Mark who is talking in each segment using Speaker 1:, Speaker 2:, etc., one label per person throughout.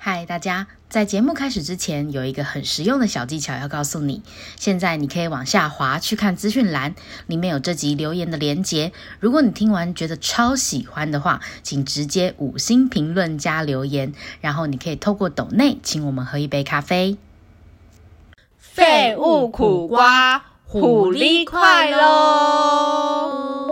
Speaker 1: 嗨，大家！在节目开始之前，有一个很实用的小技巧要告诉你。现在你可以往下滑去看资讯栏，里面有这集留言的连结。如果你听完觉得超喜欢的话，请直接五星评论加留言，然后你可以透过抖内请我们喝一杯咖啡。
Speaker 2: 废物苦瓜，虎力快喽！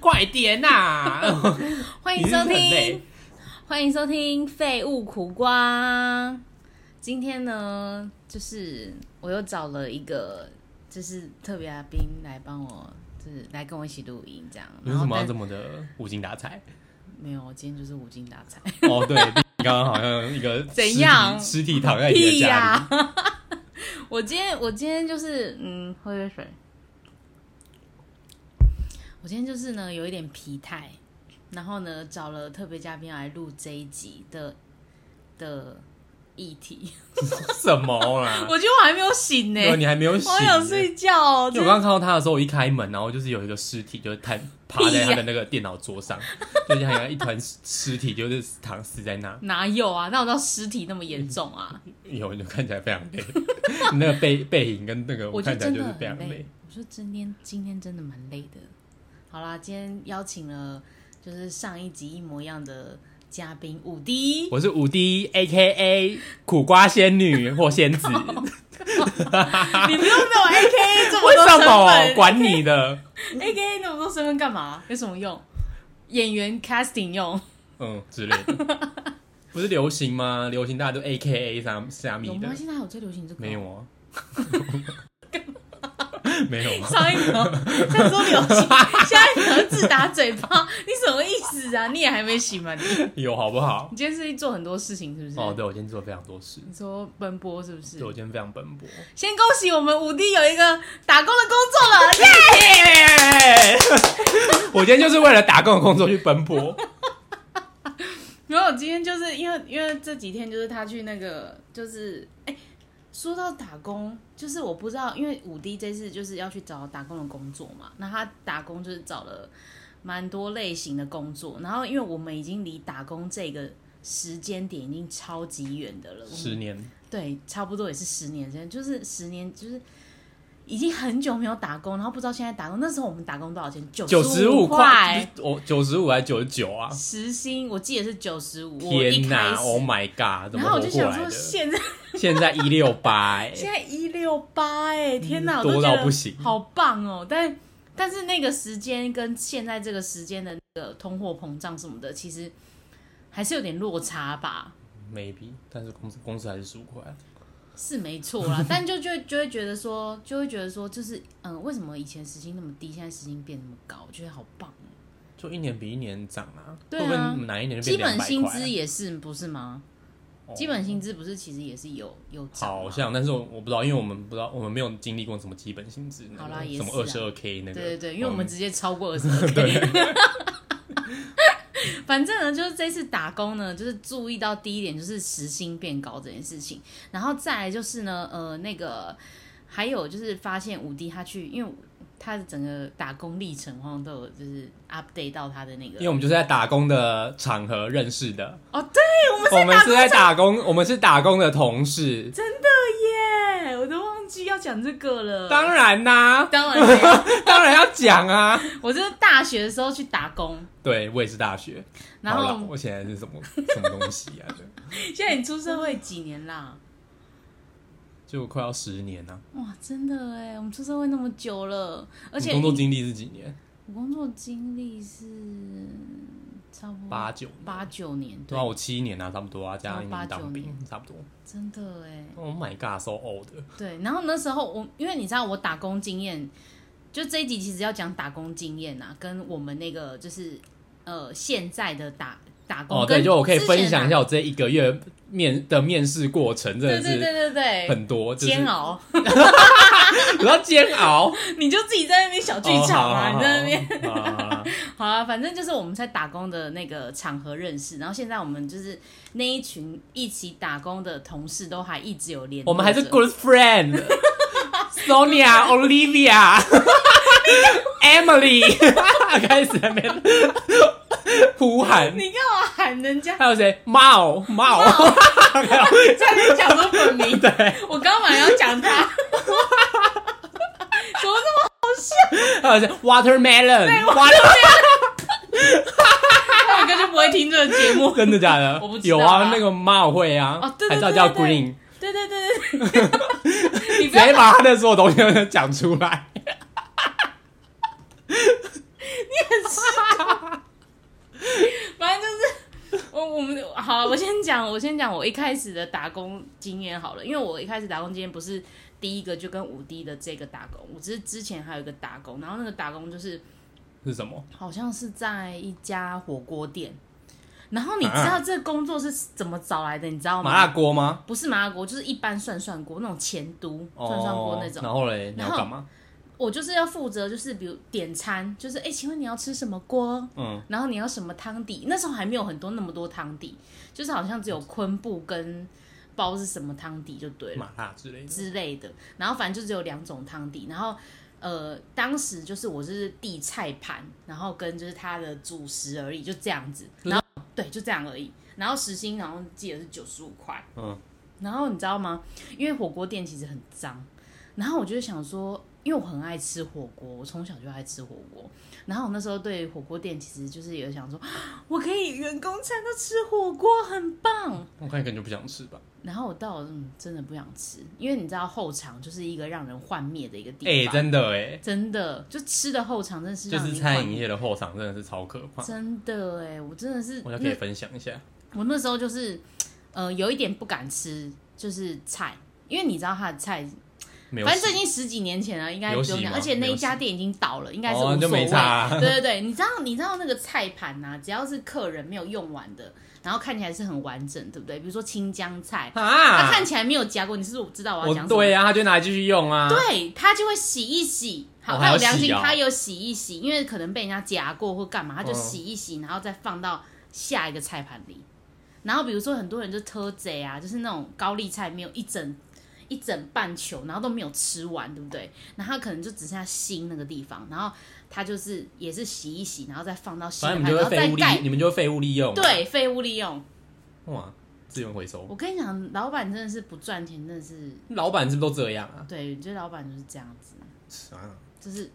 Speaker 3: 快点呐、
Speaker 2: 欢
Speaker 3: 你
Speaker 2: 迎
Speaker 3: 是不是
Speaker 2: 收
Speaker 3: 很
Speaker 2: 听
Speaker 3: 累，
Speaker 2: 欢迎收听《废物苦瓜》。今天呢，就是我又找了一个就是特别来宾来帮我，就是来跟我一起录音这样。
Speaker 3: 你为什么要
Speaker 2: 但
Speaker 3: 这么的无精 打采？
Speaker 2: 没有，我今天就是无精打采。
Speaker 3: 哦，对，你刚刚好像一个
Speaker 2: 怎
Speaker 3: 尸体
Speaker 2: 样
Speaker 3: 尸体躺在你
Speaker 2: 屁
Speaker 3: 的家里
Speaker 2: 呀、我今天我今天就是嗯，喝点水。我今天就是呢有一点疲态，然后呢找了特别嘉宾来录这一集的的议题。
Speaker 3: 什么啦？
Speaker 2: 我觉得我还没有醒呢、
Speaker 3: 对，你还没有醒
Speaker 2: 我。想睡觉哦、
Speaker 3: 就我刚刚看到他的时候，我一开门，然后就是有一个尸体，就是瘫趴在他
Speaker 2: 屁呀
Speaker 3: 的那个电脑 桌上，就是好像一团尸体，就是躺死在那。
Speaker 2: 哪有啊？哪有到尸体那么严重啊？
Speaker 3: 有你就看起来非常 累，你那个背背影跟那个
Speaker 2: 我
Speaker 3: 我
Speaker 2: 就
Speaker 3: 看起来
Speaker 2: 真
Speaker 3: 就
Speaker 2: 的
Speaker 3: 是非常
Speaker 2: 很累
Speaker 3: 累。。
Speaker 2: 我说今天今天真的蛮累的。好啦，今天邀请了就是上一集一模一样的嘉宾五 D，
Speaker 3: 我是五 D A K A 苦瓜仙女或仙子，为
Speaker 2: 你不用那种 A K A 这么多
Speaker 3: 什
Speaker 2: 身
Speaker 3: 么
Speaker 2: 份
Speaker 3: 管你的？
Speaker 2: ，A K A 那么多身份干嘛？有什么用？演员 casting 用
Speaker 3: 嗯之类的，不是流行吗？流行大家都 A K A 啥虾
Speaker 2: 有
Speaker 3: 米的
Speaker 2: 吗？，现在还有最流行这个？
Speaker 3: 没有。啊？ 没有 啊？
Speaker 2: 上一秒在说流行，下一秒自打嘴巴， 你什么意思啊？你也还没醒吗？你
Speaker 3: 有好不好？
Speaker 2: 你今天是做很多事情是不是？
Speaker 3: 哦，对，我今天做了非常多事，
Speaker 2: 你说奔波是不是
Speaker 3: 对？我今天非常奔波。
Speaker 2: 先恭喜我们五弟有一个打工的工作了，耶！
Speaker 3: 我今天就是为了打工的工作去 奔波，
Speaker 2: 然后我今天就是因为因为这几天就是他去那个就是哎、说到打工，就是我不知道，因为五弟这次就是要去找打工的工作嘛，那他打工就是找了蛮多类型的工作，然后因为我们已经离打工这个时间点已经超级远的了，我们
Speaker 3: 十年
Speaker 2: 对，差不多也是十年前，就是十年，就是已经很久没有打工，然后不知道现在打工。那时候我们打工多少钱？九
Speaker 3: 九十五
Speaker 2: 块
Speaker 3: 块，，我九十五还是九十九啊？
Speaker 2: 时薪我记得是九十五。我一开
Speaker 3: 天哪
Speaker 2: 始
Speaker 3: ！Oh my god！怎
Speaker 2: 然
Speaker 3: 么
Speaker 2: 后我
Speaker 3: 活
Speaker 2: 就
Speaker 3: 过
Speaker 2: 想
Speaker 3: 来
Speaker 2: 说，
Speaker 3: 的？
Speaker 2: 现在
Speaker 3: 现在一六八，哎，
Speaker 2: 现在一六八，哎，天哪，
Speaker 3: 嗯
Speaker 2: 我都
Speaker 3: 多
Speaker 2: 觉
Speaker 3: 到
Speaker 2: 得
Speaker 3: 不行
Speaker 2: 好棒哦！但但是那个时间跟现在这个时间的那个通货膨胀什么的，其实还是有点落差吧。
Speaker 3: maybe，但是公司公司还是十五块啊。
Speaker 2: 是没错 啦，但就就会就会觉得说，就会觉得说，就是嗯，为什么以前时薪那么低，现在时薪变那么高？我觉得好棒哦。
Speaker 3: 就一年比一年涨啊，
Speaker 2: 对啊
Speaker 3: 会不会哪一年就
Speaker 2: 基
Speaker 3: 变
Speaker 2: 本
Speaker 3: 两百
Speaker 2: 薪
Speaker 3: 块
Speaker 2: 资
Speaker 3: 啊？
Speaker 2: 也是不是吗？
Speaker 3: 哦
Speaker 2: 基本薪资不是其实也是有有涨啊吗
Speaker 3: 好像，但是我我不知道，因为我们不知道，我们没有经历过什么基本薪资那个，
Speaker 2: 好啦也
Speaker 3: 什么
Speaker 2: 是啊
Speaker 3: 二十二 k 那个，
Speaker 2: 对对对，因为我们
Speaker 3: 嗯
Speaker 2: 直接超过二 十二 k。反正呢，就是这次打工呢，就是注意到第一点就是时薪变高这件事情，然后再来就是呢，呃，那个还有就是发现五弟他去，因为他的整个打工历程好像都有就是 update 到他的那
Speaker 3: 因为
Speaker 2: 个，
Speaker 3: 我们就是在打工的场合认识的，
Speaker 2: 哦，对，
Speaker 3: 我们是在打工，我们是打工的 同事，
Speaker 2: 耶，我都忘记要讲这个了。
Speaker 3: 当然啦、
Speaker 2: 当然没有，
Speaker 3: 当然要讲啊。
Speaker 2: 我就是大学的时候去打工，
Speaker 3: 对，我也是大学，
Speaker 2: 然
Speaker 3: 好啦
Speaker 2: 后
Speaker 3: 我现在是什么什么东西 啊？对
Speaker 2: 现在你出社会几年啦？
Speaker 3: 就快要十年啊，
Speaker 2: 哇，真的哎，我们出社会那么久了，而且
Speaker 3: 你工作
Speaker 2: 你
Speaker 3: 经历是几年？
Speaker 2: 我工作经历是差不多
Speaker 3: 八九年
Speaker 2: 八九年，对
Speaker 3: 对啊，，我七年啊，差不多啊，
Speaker 2: 然
Speaker 3: 加
Speaker 2: 后
Speaker 3: 一
Speaker 2: 八
Speaker 3: 年
Speaker 2: 九
Speaker 3: 当兵
Speaker 2: 年，
Speaker 3: 差不多。
Speaker 2: 真的哎，
Speaker 3: Oh my god，so old。
Speaker 2: 对。然后那时候我，因为你知道我打工经验，就这一集其实要讲打工经验啊，跟我们那个就是呃现在的打打工
Speaker 3: 哦，
Speaker 2: 跟
Speaker 3: 对，就我可以
Speaker 2: 之前的啊
Speaker 3: 分享一下我这一个月面的面试过程，真
Speaker 2: 打，对对
Speaker 3: 的
Speaker 2: 对对
Speaker 3: 是
Speaker 2: 对，
Speaker 3: 很多，就是
Speaker 2: 煎，熬，
Speaker 3: 我要煎熬，哦
Speaker 2: 你就自己在那边小剧场啊，你在那边。
Speaker 3: 边 啊，
Speaker 2: 好啊，反正就是我们在打工的那个场合认识，然后现在我们就是那一群一起打工的同事都还一直有联络着，
Speaker 3: 我们还是 good friend， Sonia、Olivia、Emily，开 始还没呼喊，
Speaker 2: 你干嘛喊人家？
Speaker 3: 还有谁？Mao Mao，
Speaker 2: 差点讲出本名，
Speaker 3: 对，
Speaker 2: 我刚本来要 讲他，怎么这么
Speaker 3: 还有谁？Watermelon Water，
Speaker 2: 大哥就不会听这个节目？
Speaker 3: 真的假的？
Speaker 2: 我不知道
Speaker 3: 有
Speaker 2: 啊
Speaker 3: 啊，那个 Mao 会啊
Speaker 2: 哦，对对对
Speaker 3: 还叫叫
Speaker 2: 对对
Speaker 3: Green，
Speaker 2: 对对对对 对，你
Speaker 3: 直
Speaker 2: 不要
Speaker 3: 接把他的所有东西都讲出来。
Speaker 2: 反正就是我我们好，我先讲，我先讲我一开始的打工经验好了，因为我一开始打工经验不是第一个就跟五 D 的这个打工，我只是之前还有一个打工，然后那个打工就是
Speaker 3: 是什么？
Speaker 2: 好像是在一家火锅店，然后你知道这个工作是怎么找来的，你知道
Speaker 3: 啊麻辣
Speaker 2: 吗？
Speaker 3: 锅吗？
Speaker 2: 不是麻辣锅，就是一般涮涮锅那种前都
Speaker 3: 哦
Speaker 2: 涮涮锅那种。
Speaker 3: 然后嘞，你要
Speaker 2: 然后
Speaker 3: 干嘛？
Speaker 2: 我就是要负责，就是比如点餐，就是哎、诶请问你要吃什么锅？
Speaker 3: 嗯，
Speaker 2: 然后你要什么汤底？那时候还没有很多那么多汤底，就是好像只有昆布跟不知道是什么汤底就对了
Speaker 3: 麻辣之类的。
Speaker 2: 之类的。然后反正就只有两种汤底。然后呃，当时就是我就是递菜盘，然后跟就是他的主食而已，就这样子。然后对，就这样而已。然后时薪好像记得是九十五块。
Speaker 3: 嗯，
Speaker 2: 然后你知道吗？因为火锅店其实很脏，然后我就想说，因为我很爱吃火锅，我从小就爱吃火锅。然后我那时候对火锅店其实就是有想说， 我可以员工餐都吃火锅，很棒。
Speaker 3: 我看可能就不想吃吧。
Speaker 2: 然后我到了嗯，真的不想吃，因为你知道后场就是一个让人幻灭 的一个地
Speaker 3: 哎，
Speaker 2: 方，
Speaker 3: 真的哎，
Speaker 2: 真的就吃的后场真的是
Speaker 3: 就
Speaker 2: 让
Speaker 3: 是
Speaker 2: 人
Speaker 3: 餐
Speaker 2: 幻
Speaker 3: 饮
Speaker 2: 灭，
Speaker 3: 业的后场真的是超可怕。
Speaker 2: 真的哎、我真的是
Speaker 3: 我要可
Speaker 2: 那
Speaker 3: 以分享 一下，
Speaker 2: 我那时候就是呃有一点不敢吃，就是菜，因为你知道他的菜
Speaker 3: 没有洗。
Speaker 2: 反正这已经十几年前啊了，应该不用
Speaker 3: 有洗吗
Speaker 2: 讲。而且那一家店已经倒了，应该是无
Speaker 3: 哦就
Speaker 2: 所谓。
Speaker 3: 没差啊
Speaker 2: 对对对，你知道你知道那个菜盘呐、只要是客人没有用完的，然后看起来是很完整，对不对？比如说青江菜，它
Speaker 3: 啊，
Speaker 2: 看起来没有夹过，你是不是知道我要
Speaker 3: 我
Speaker 2: 讲什么？
Speaker 3: 对呀、啊，他就拿来继续用啊。
Speaker 2: 对，它就会洗一洗。好，
Speaker 3: 哦
Speaker 2: 它
Speaker 3: 还
Speaker 2: 有
Speaker 3: 要
Speaker 2: 良
Speaker 3: 洗
Speaker 2: 心，
Speaker 3: 哦
Speaker 2: 它有洗一洗，因为可能被人家夹过或干嘛，它就
Speaker 3: 嗯
Speaker 2: 洗一洗，然后再放到下一个菜盘里。然后比如说很多人就偷贼啊，就是那种高丽菜没有一整一整半球，然后都没有吃完，对不对？然后它可能就只剩下心那个地方，然后它就是也是洗一洗，然后再放到新
Speaker 3: 反
Speaker 2: 的盘，
Speaker 3: 正你们就
Speaker 2: 然
Speaker 3: 会
Speaker 2: 后
Speaker 3: 废
Speaker 2: 再
Speaker 3: 物利，
Speaker 2: 盖。
Speaker 3: 你们就会废物利用。，
Speaker 2: 对，废物利用。
Speaker 3: 哇，资源回收，
Speaker 2: 我跟你讲，老板真的是不赚钱，真的是
Speaker 3: 老板是不是都这样啊？
Speaker 2: 对，这老板就是这样子。
Speaker 3: 啊，
Speaker 2: 就是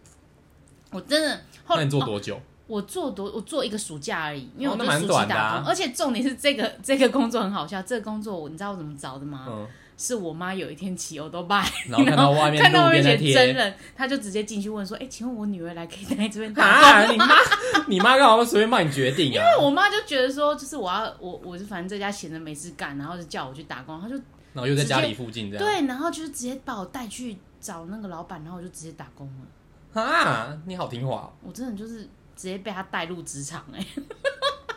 Speaker 2: 我真的后
Speaker 3: 那
Speaker 2: 来
Speaker 3: 你做
Speaker 2: 哦
Speaker 3: 多久？
Speaker 2: 我做多我做一个暑假而已，因为
Speaker 3: 哦
Speaker 2: 我就
Speaker 3: 那
Speaker 2: 是
Speaker 3: 蛮
Speaker 2: 暑期
Speaker 3: 短的
Speaker 2: 打
Speaker 3: 啊
Speaker 2: 工，而且重点是这个这个工作很好笑，这个工作我你知道我怎么找的吗？
Speaker 3: 嗯，
Speaker 2: 是我妈有一天骑欧都拜，
Speaker 3: 然后看到外 面
Speaker 2: 看到
Speaker 3: 路边
Speaker 2: 面
Speaker 3: 在
Speaker 2: 写真
Speaker 3: 贴。
Speaker 2: 人，她就直接进去问说：“哎、请问我女儿来可以在这边打工吗？”
Speaker 3: 啊！你妈， 你妈干嘛随便帮你决定啊？
Speaker 2: 我妈就觉得说，就是我要我我就反正在家闲着没事干，然后就叫我去打工，她就
Speaker 3: 然后又在家里附近这样。
Speaker 2: 对，然后就是直接把我带去找那个老板，然后我就直接打工了。
Speaker 3: 啊，你好听话哦、
Speaker 2: 我真的就是直接被她带入职场哎、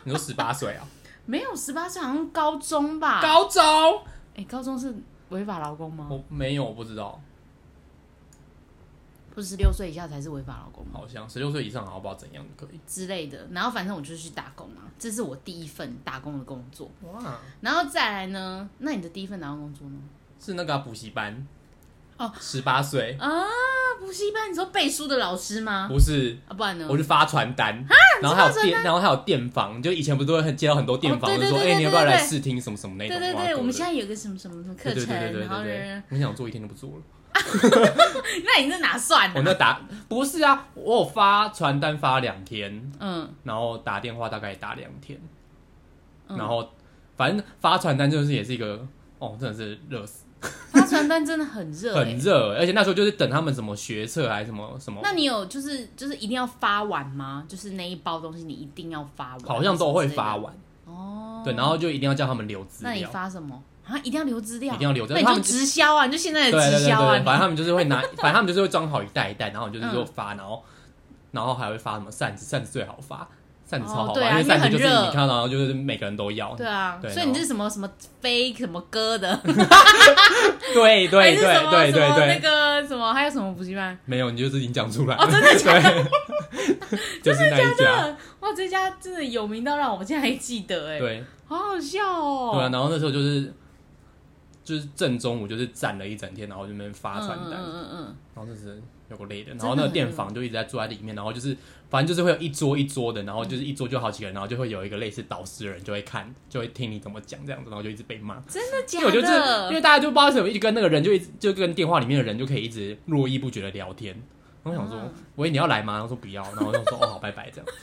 Speaker 3: 你说十八岁啊？
Speaker 2: 没有十八岁，好像高中吧？
Speaker 3: 高哦中？
Speaker 2: 哎、高中是违法劳工吗？
Speaker 3: 我没有，我不知道，
Speaker 2: 不是十六岁以下才是违法劳工吗？
Speaker 3: 好像十六岁以上好像不知道怎样就可以。
Speaker 2: 之类的。然后反正我就去打工嘛，这是我第一份打工的工作。
Speaker 3: 哇，
Speaker 2: 然后再来呢？那你的第一份打工工作呢？
Speaker 3: 是那个啊补、习班
Speaker 2: 哦，
Speaker 3: 十八岁
Speaker 2: 啊，补习班，你说背书的老师吗？
Speaker 3: 不是
Speaker 2: 啊，不然呢？
Speaker 3: 我就发传单，
Speaker 2: 啊
Speaker 3: 然后还有电，然后还有电访，就以前不是都会很接到很多电访，
Speaker 2: 哦对
Speaker 3: 就
Speaker 2: 对
Speaker 3: 说
Speaker 2: 对
Speaker 3: 哎，
Speaker 2: 对
Speaker 3: 你要不要
Speaker 2: 对
Speaker 3: 来
Speaker 2: 对
Speaker 3: 试听什么什么
Speaker 2: 对
Speaker 3: 那种
Speaker 2: 对
Speaker 3: 哇
Speaker 2: 对，
Speaker 3: 对
Speaker 2: 我们
Speaker 3: 对
Speaker 2: 现在有个什么什么什么课
Speaker 3: 对对
Speaker 2: 程，
Speaker 3: 对对对
Speaker 2: 然后
Speaker 3: 对对
Speaker 2: 呢？，
Speaker 3: 我想做一天都不做了，
Speaker 2: 那你这哪算啊
Speaker 3: 我
Speaker 2: 呢、
Speaker 3: 那打不是啊，我有发传单发两天，
Speaker 2: 嗯，
Speaker 3: 然后打电话大概也打两天，
Speaker 2: 嗯
Speaker 3: 然后反正发传单就是也是一个哦，真的是热死，
Speaker 2: 发传单真的很热、欸，
Speaker 3: 很热，而且那时候就是等他们什么学测还是什么什么，
Speaker 2: 那你有就是就是一定要发完吗？就是那一包东西你一定要发完，
Speaker 3: 好像都会发完，
Speaker 2: 哦。
Speaker 3: 对，然后就一定要叫他们留资
Speaker 2: 那你
Speaker 3: 料。
Speaker 2: 发什么啊？一定要留资料，
Speaker 3: 一定要留资
Speaker 2: 那
Speaker 3: 料
Speaker 2: 你
Speaker 3: 他
Speaker 2: 就
Speaker 3: 们就
Speaker 2: 直销啊，你就现在
Speaker 3: 对
Speaker 2: 的
Speaker 3: 对
Speaker 2: 直
Speaker 3: 对对
Speaker 2: 销啊，嗯
Speaker 3: 对，反正
Speaker 2: 你
Speaker 3: 他们就是会拿， 反正他们就是会装好一袋一袋，然后就是说发，然后然后还会发什么扇子，扇子最好发，扇子超好
Speaker 2: 哦
Speaker 3: 发，
Speaker 2: 对啊
Speaker 3: 因为扇子就是
Speaker 2: 因为很热
Speaker 3: 你看到，然后就是每个人都要，
Speaker 2: 对啊，
Speaker 3: 对
Speaker 2: 所以
Speaker 3: 然后
Speaker 2: 你是什么什么飞什么歌的， 还是
Speaker 3: 对对对
Speaker 2: 什么
Speaker 3: 对
Speaker 2: 什
Speaker 3: 对
Speaker 2: 么那
Speaker 3: 对，
Speaker 2: 个什么，还有什么补习班？
Speaker 3: 没有，你就自己讲出来，
Speaker 2: 哦真的假
Speaker 3: 的？就是那一家，
Speaker 2: 呃哇，这家真的有名到让我现在还记得哎，
Speaker 3: 啊对对啊
Speaker 2: 好好笑哦。
Speaker 3: 啊，然后那时候就是就是正中午就是站了一整天，然后就那边发传单，
Speaker 2: 嗯嗯嗯
Speaker 3: 然后就是有个累的，
Speaker 2: 真
Speaker 3: 然
Speaker 2: 的
Speaker 3: 后那个店房就一直在坐在里面，然后就是反正就是会有一桌一桌的，然后就是一桌就好几个人，然后就会有一个类似导师的人就会看，就会听你怎么讲这样子，然后就一直被骂。
Speaker 2: 嗯，真的
Speaker 3: 因
Speaker 2: 假
Speaker 3: 为我觉得这，
Speaker 2: 的？
Speaker 3: 因为大家就不知道为什么，一直跟那个人就一直就跟电话里面的人就可以一直络绎不绝的聊天。然后我想说
Speaker 2: 嗯，
Speaker 3: 喂，你要来吗？他说不要，然后就说哦，好，拜拜这样。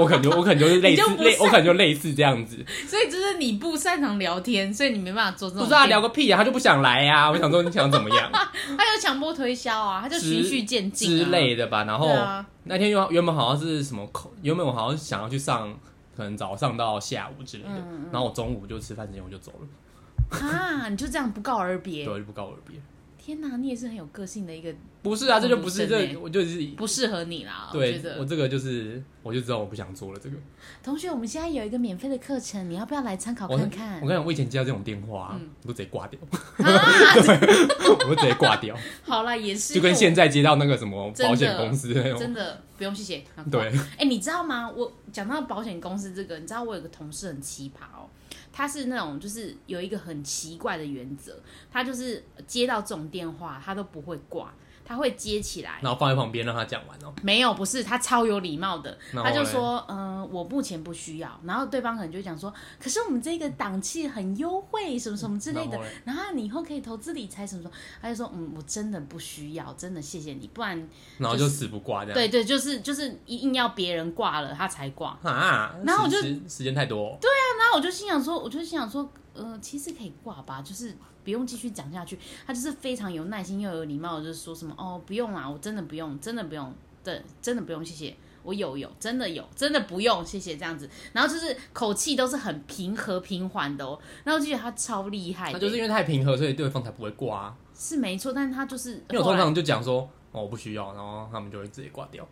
Speaker 3: 我感觉我可能就是类
Speaker 2: 你就
Speaker 3: 似
Speaker 2: 不
Speaker 3: 类，
Speaker 2: 是
Speaker 3: 我可能就类似这样子。
Speaker 2: 所以就是你不擅长聊天，所以你没办法做这种。
Speaker 3: 不是啊，聊个屁啊，他就不想来呀、啊。我想说你想怎么样
Speaker 2: 他有强迫推销啊， 他就
Speaker 3: 之
Speaker 2: 循序渐进、啊、
Speaker 3: 之类的吧。然后
Speaker 2: 对啊
Speaker 3: 那天原原本好像是什么口，原本我好像想要去上，可能早上到下午
Speaker 2: 嗯
Speaker 3: 之类的。然后我中午就吃饭时间我就走了，
Speaker 2: 啊，你就这样不告而别
Speaker 3: 对，。我就不告而别。
Speaker 2: 天哪，你也是很有个性的一个，
Speaker 3: 不是啊，这就不是
Speaker 2: 很神欸
Speaker 3: 这，我就是
Speaker 2: 不适合你啦。我觉
Speaker 3: 对
Speaker 2: 得
Speaker 3: 我这个就是，我就知道我不想做了这个。
Speaker 2: 同学，我们现在有一个免费的课程，你要不要来参考
Speaker 3: 我
Speaker 2: 看看
Speaker 3: 我？跟你讲，我以前接到这种电话啊，
Speaker 2: 嗯
Speaker 3: 我都直接挂掉， 我就直接挂掉，
Speaker 2: 好啦，也是
Speaker 3: 就跟
Speaker 2: 我
Speaker 3: 现在接到那个什么
Speaker 2: 真的
Speaker 3: 保险公司的那种。
Speaker 2: 真的不用谢谢。赶快
Speaker 3: 对，
Speaker 2: 哎、你知道吗？我讲到保险公司这个，你知道我有个同事很奇葩哦，他是那种就是有一个很奇怪的原则，他就是接到这种电话他都不会挂，他会接起来。
Speaker 3: 然后放在旁边让他讲完哦。
Speaker 2: 没有，不是他超有礼貌的，
Speaker 3: 那
Speaker 2: 他就
Speaker 3: 我嘞
Speaker 2: 说，嗯、我目前不需要。然后对方可能就讲说，可是我们这个档期很优惠，什么什么之类的
Speaker 3: 然后嘞，
Speaker 2: 然后你以后可以投资理财什么什么。他就说，嗯，我真的不需要，真的谢谢你，不然
Speaker 3: 然后就死不挂这样。
Speaker 2: 对对，就是就是硬要别人挂了他才挂。
Speaker 3: 啊，
Speaker 2: 然后我就
Speaker 3: 时时时间太多、哦，
Speaker 2: 然后我就心想说，我就心想说，呃，其实可以挂吧，就是不用继续讲下去。他就是非常有耐心又有礼貌，就是说什么哦，不用啦，我真的不用，真的不用，对，真的不用，谢谢。我有有，真的有，真的不用，谢谢这样子。然后就是口气都是很平和平缓的哦。然后我就觉得他超厉害的，
Speaker 3: 那
Speaker 2: 欸
Speaker 3: 就是因为太平和，所以对方才不会挂、啊。
Speaker 2: 是没错，但是他就是
Speaker 3: 因为我
Speaker 2: 后
Speaker 3: 通
Speaker 2: 来
Speaker 3: 常就讲说，哦，我不需要，然后他们就会直接挂掉。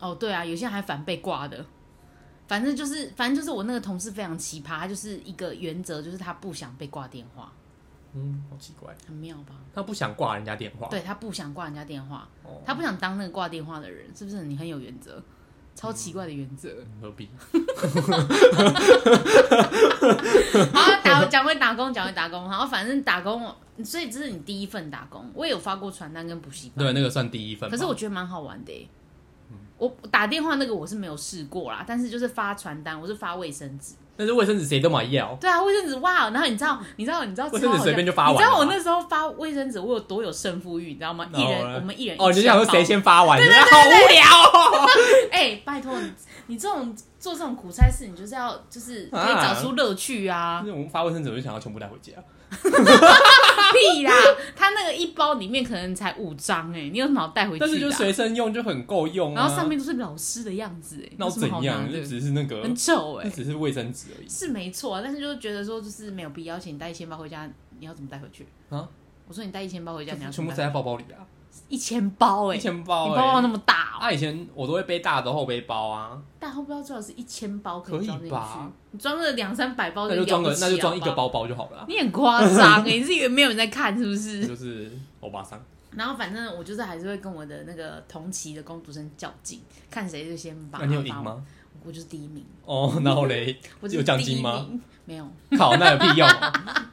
Speaker 2: 哦，对啊，有些人还反被挂的。反正就是，反正就是我那个同事非常奇葩，他就是一个原则，就是他不想被挂电话，
Speaker 3: 嗯，好奇怪，
Speaker 2: 很妙吧？
Speaker 3: 他不想挂人家电话。
Speaker 2: 对他不想挂人家电话，
Speaker 3: 哦，
Speaker 2: 他不想当那个挂电话的人，是不是？你很有原则，超奇怪的原则。
Speaker 3: 何必？嗯
Speaker 2: 好，打讲回打工，讲回打工，然后反正打工，所以这是你第一份打工，我也有发过传单跟补习班，
Speaker 3: 对，那嗯个算第一份吧。
Speaker 2: 可是我觉得蛮好玩的、欸。我打电话那个我是没有试过啦，但是就是发传单，我是发卫生纸。
Speaker 3: 但是卫生纸谁都买要，
Speaker 2: 对啊，卫生纸哇！然后你知道，你知道，你知道，
Speaker 3: 卫生纸随便就发完
Speaker 2: 你知
Speaker 3: 了
Speaker 2: 道我那时候发卫生纸，我有多有胜负欲，你知道吗？
Speaker 3: 然
Speaker 2: 一
Speaker 3: 后
Speaker 2: 人，
Speaker 3: 嘞
Speaker 2: 我们一人
Speaker 3: 哦，
Speaker 2: 一
Speaker 3: 你就
Speaker 2: 箱
Speaker 3: 想说
Speaker 2: 包
Speaker 3: 谁先发完，好无聊哦。
Speaker 2: 哎、拜托你，你这种做这种苦差事，你就是要就是可以找出乐趣啊！
Speaker 3: 那我们发卫生纸，我就想要全部带回家。啊
Speaker 2: 屁啦，他那个一包里面可能才五张哎、你有什么好带回去的
Speaker 3: 但
Speaker 2: 啊、
Speaker 3: 是就随身用就很够用啊。
Speaker 2: 然后上面都是老师的样子哎、
Speaker 3: 那
Speaker 2: 有
Speaker 3: 我
Speaker 2: 什么
Speaker 3: 怎
Speaker 2: 好拿
Speaker 3: 样？就
Speaker 2: 的？
Speaker 3: 只是那个，
Speaker 2: 很丑哎、
Speaker 3: 那只是卫生纸而已。
Speaker 2: 是没错啊，但是就是觉得说就是没有必要，请带一千包回家，你要怎么带回去
Speaker 3: 啊？
Speaker 2: 我说你带一千包回家，你要
Speaker 3: 就
Speaker 2: 怎
Speaker 3: 全部
Speaker 2: 么
Speaker 3: 塞
Speaker 2: 带
Speaker 3: 在包包里啊，
Speaker 2: 一千包哎、
Speaker 3: 一千
Speaker 2: 你
Speaker 3: 包
Speaker 2: 包包
Speaker 3: 哎。
Speaker 2: 那么大、哦，
Speaker 3: 啊，以前我都会背大的后背包啊，
Speaker 2: 大后包最好是一千包
Speaker 3: 可
Speaker 2: 以
Speaker 3: 以
Speaker 2: 装进去
Speaker 3: 吧，
Speaker 2: 你装哦个两三百包
Speaker 3: 那就装
Speaker 2: 了
Speaker 3: 个
Speaker 2: 不起啊
Speaker 3: 那就装一
Speaker 2: 好
Speaker 3: 个
Speaker 2: 不好，
Speaker 3: 包包就好了啊。
Speaker 2: 你很夸张哎，你是以为没有人在看是不是？
Speaker 3: 就是欧巴桑，
Speaker 2: 然后反正我就是还是会跟我的那个同期的工读生较劲，看谁就先把。
Speaker 3: 那你有赢？吗？
Speaker 2: 我就是第一名，
Speaker 3: 哦， 然后嘞，
Speaker 2: 我就是
Speaker 3: 有奖
Speaker 2: 第一
Speaker 3: 金吗？
Speaker 2: 名？没有。
Speaker 3: 靠，那有屁用哦！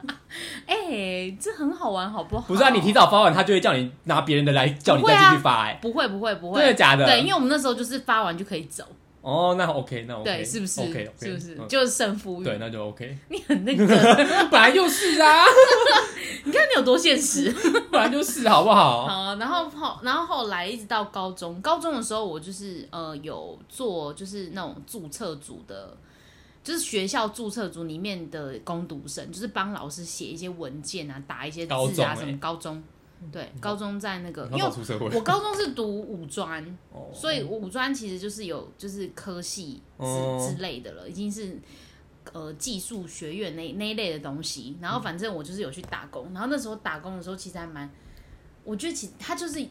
Speaker 2: 哎、这很好玩，好不好？
Speaker 3: 不是啊，你提早发完，他就会叫你拿别人的来叫你再继续发，哎，
Speaker 2: 不会不会不会，
Speaker 3: 真的假的？
Speaker 2: 对，因为我们那时候就是发完就可以走，
Speaker 3: 哦，那 OK，那 OK，
Speaker 2: 对，是不是
Speaker 3: OK OK，
Speaker 2: 是不是？
Speaker 3: 嗯
Speaker 2: 就是胜负欲，
Speaker 3: 对，那就 OK。
Speaker 2: 你很那个， 你
Speaker 3: 本来就是啊，
Speaker 2: 看你有多现实。
Speaker 3: 本来就是，好不好？
Speaker 2: 好，然后后然后后来一直到高中，高中的时候我就是呃有做就是那种注册组的，就是学校注册组里面的工读生，就是帮老师写一些文件啊，打一些字
Speaker 3: 高中
Speaker 2: 啊
Speaker 3: 欸嗯
Speaker 2: 什么。高中，对，高中在那个，
Speaker 3: 你
Speaker 2: 因
Speaker 3: 要
Speaker 2: 为
Speaker 3: 早出社会，
Speaker 2: 我高中是读五专，
Speaker 3: 哦
Speaker 2: 所以五专其实就是有就是科系之、
Speaker 3: 哦
Speaker 2: 之类的了，已经是呃技术学院那那一类的东西。然
Speaker 3: 嗯
Speaker 2: 后反正我就是有去打工，然后那时候打工的时候其实还蛮，我觉得其他就是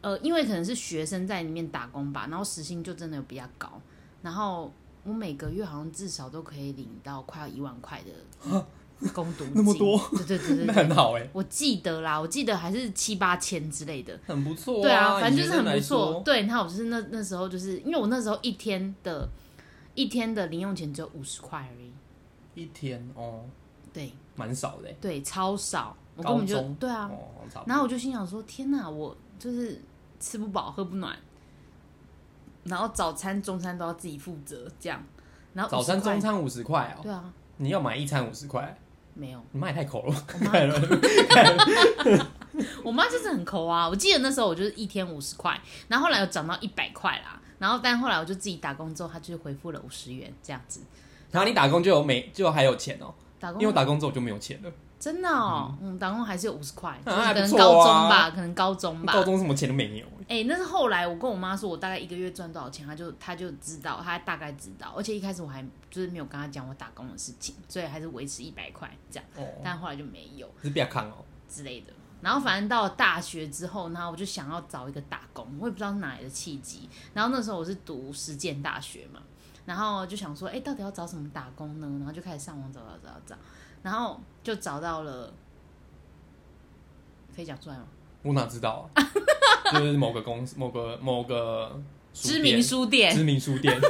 Speaker 2: 呃，因为可能是学生在里面打工吧，然后时薪就真的有比较高，然后我每个月好像至少都可以领到快要一万块的工读金，
Speaker 3: 啊那么多，
Speaker 2: 对对对对
Speaker 3: 那
Speaker 2: 对。
Speaker 3: 很好哎，
Speaker 2: 我记得啦，我记得还是七八千之类的，
Speaker 3: 很不错。
Speaker 2: 对
Speaker 3: 啊，
Speaker 2: 反正就
Speaker 3: 以
Speaker 2: 是
Speaker 3: 学生
Speaker 2: 很
Speaker 3: 来
Speaker 2: 不错
Speaker 3: 说。。
Speaker 2: 对，你看我就是那那时候就是因为我那时候一天的一天的零用钱只有五十块而已，
Speaker 3: 一天哦，
Speaker 2: 对
Speaker 3: 蛮少的欸。
Speaker 2: 对，超少。我根本就
Speaker 3: 高中
Speaker 2: 对啊。
Speaker 3: 哦，差不多
Speaker 2: 然后我就心想说：天哪，我就是吃不饱喝不暖，然后早餐、中餐都要自己负责，这样。然后
Speaker 3: 早餐、
Speaker 2: 50块
Speaker 3: 中餐五十块哦，
Speaker 2: 对啊，
Speaker 3: 你要买一餐五十块，
Speaker 2: 没有。
Speaker 3: 你妈也太抠了。
Speaker 2: 我妈，我妈就是很抠啊。我记得那时候我就是一天五十块，然后后来有涨到一百块啦。然后但后来我就自己打工之后，她就是回复了五十元这样子。
Speaker 3: 然后你打工就有每就还有钱哦，
Speaker 2: 打工
Speaker 3: 因为我打工之后就没有钱了，
Speaker 2: 真的哦，嗯，打工还是有五十块，就是可
Speaker 3: 还不
Speaker 2: 能
Speaker 3: 错
Speaker 2: 高中
Speaker 3: 啊
Speaker 2: 吧，可能高中吧。
Speaker 3: 高中什么钱都没有。
Speaker 2: 哎、那是后来我跟我妈说，我大概一个月赚多少钱，她就她就知道，她大概知道。而且一开始我还就是没有跟她讲我打工的事情，所以还是维持一百块这样，
Speaker 3: 哦，
Speaker 2: 但后来就没有
Speaker 3: 是比较看哦，
Speaker 2: 之类的。然后反正到了大学之后，然后我就想要找一个打工，我也不知道哪来的契机。然后那时候我是读实践大学嘛，然后就想说，哎、到底要找什么打工呢？然后就开始上网找找找找，然后就找到了，可以讲出来吗？
Speaker 3: 我哪知道 啊？就是某个公司、某个某个书
Speaker 2: 知
Speaker 3: 店
Speaker 2: 名书店，
Speaker 3: 知名书 店，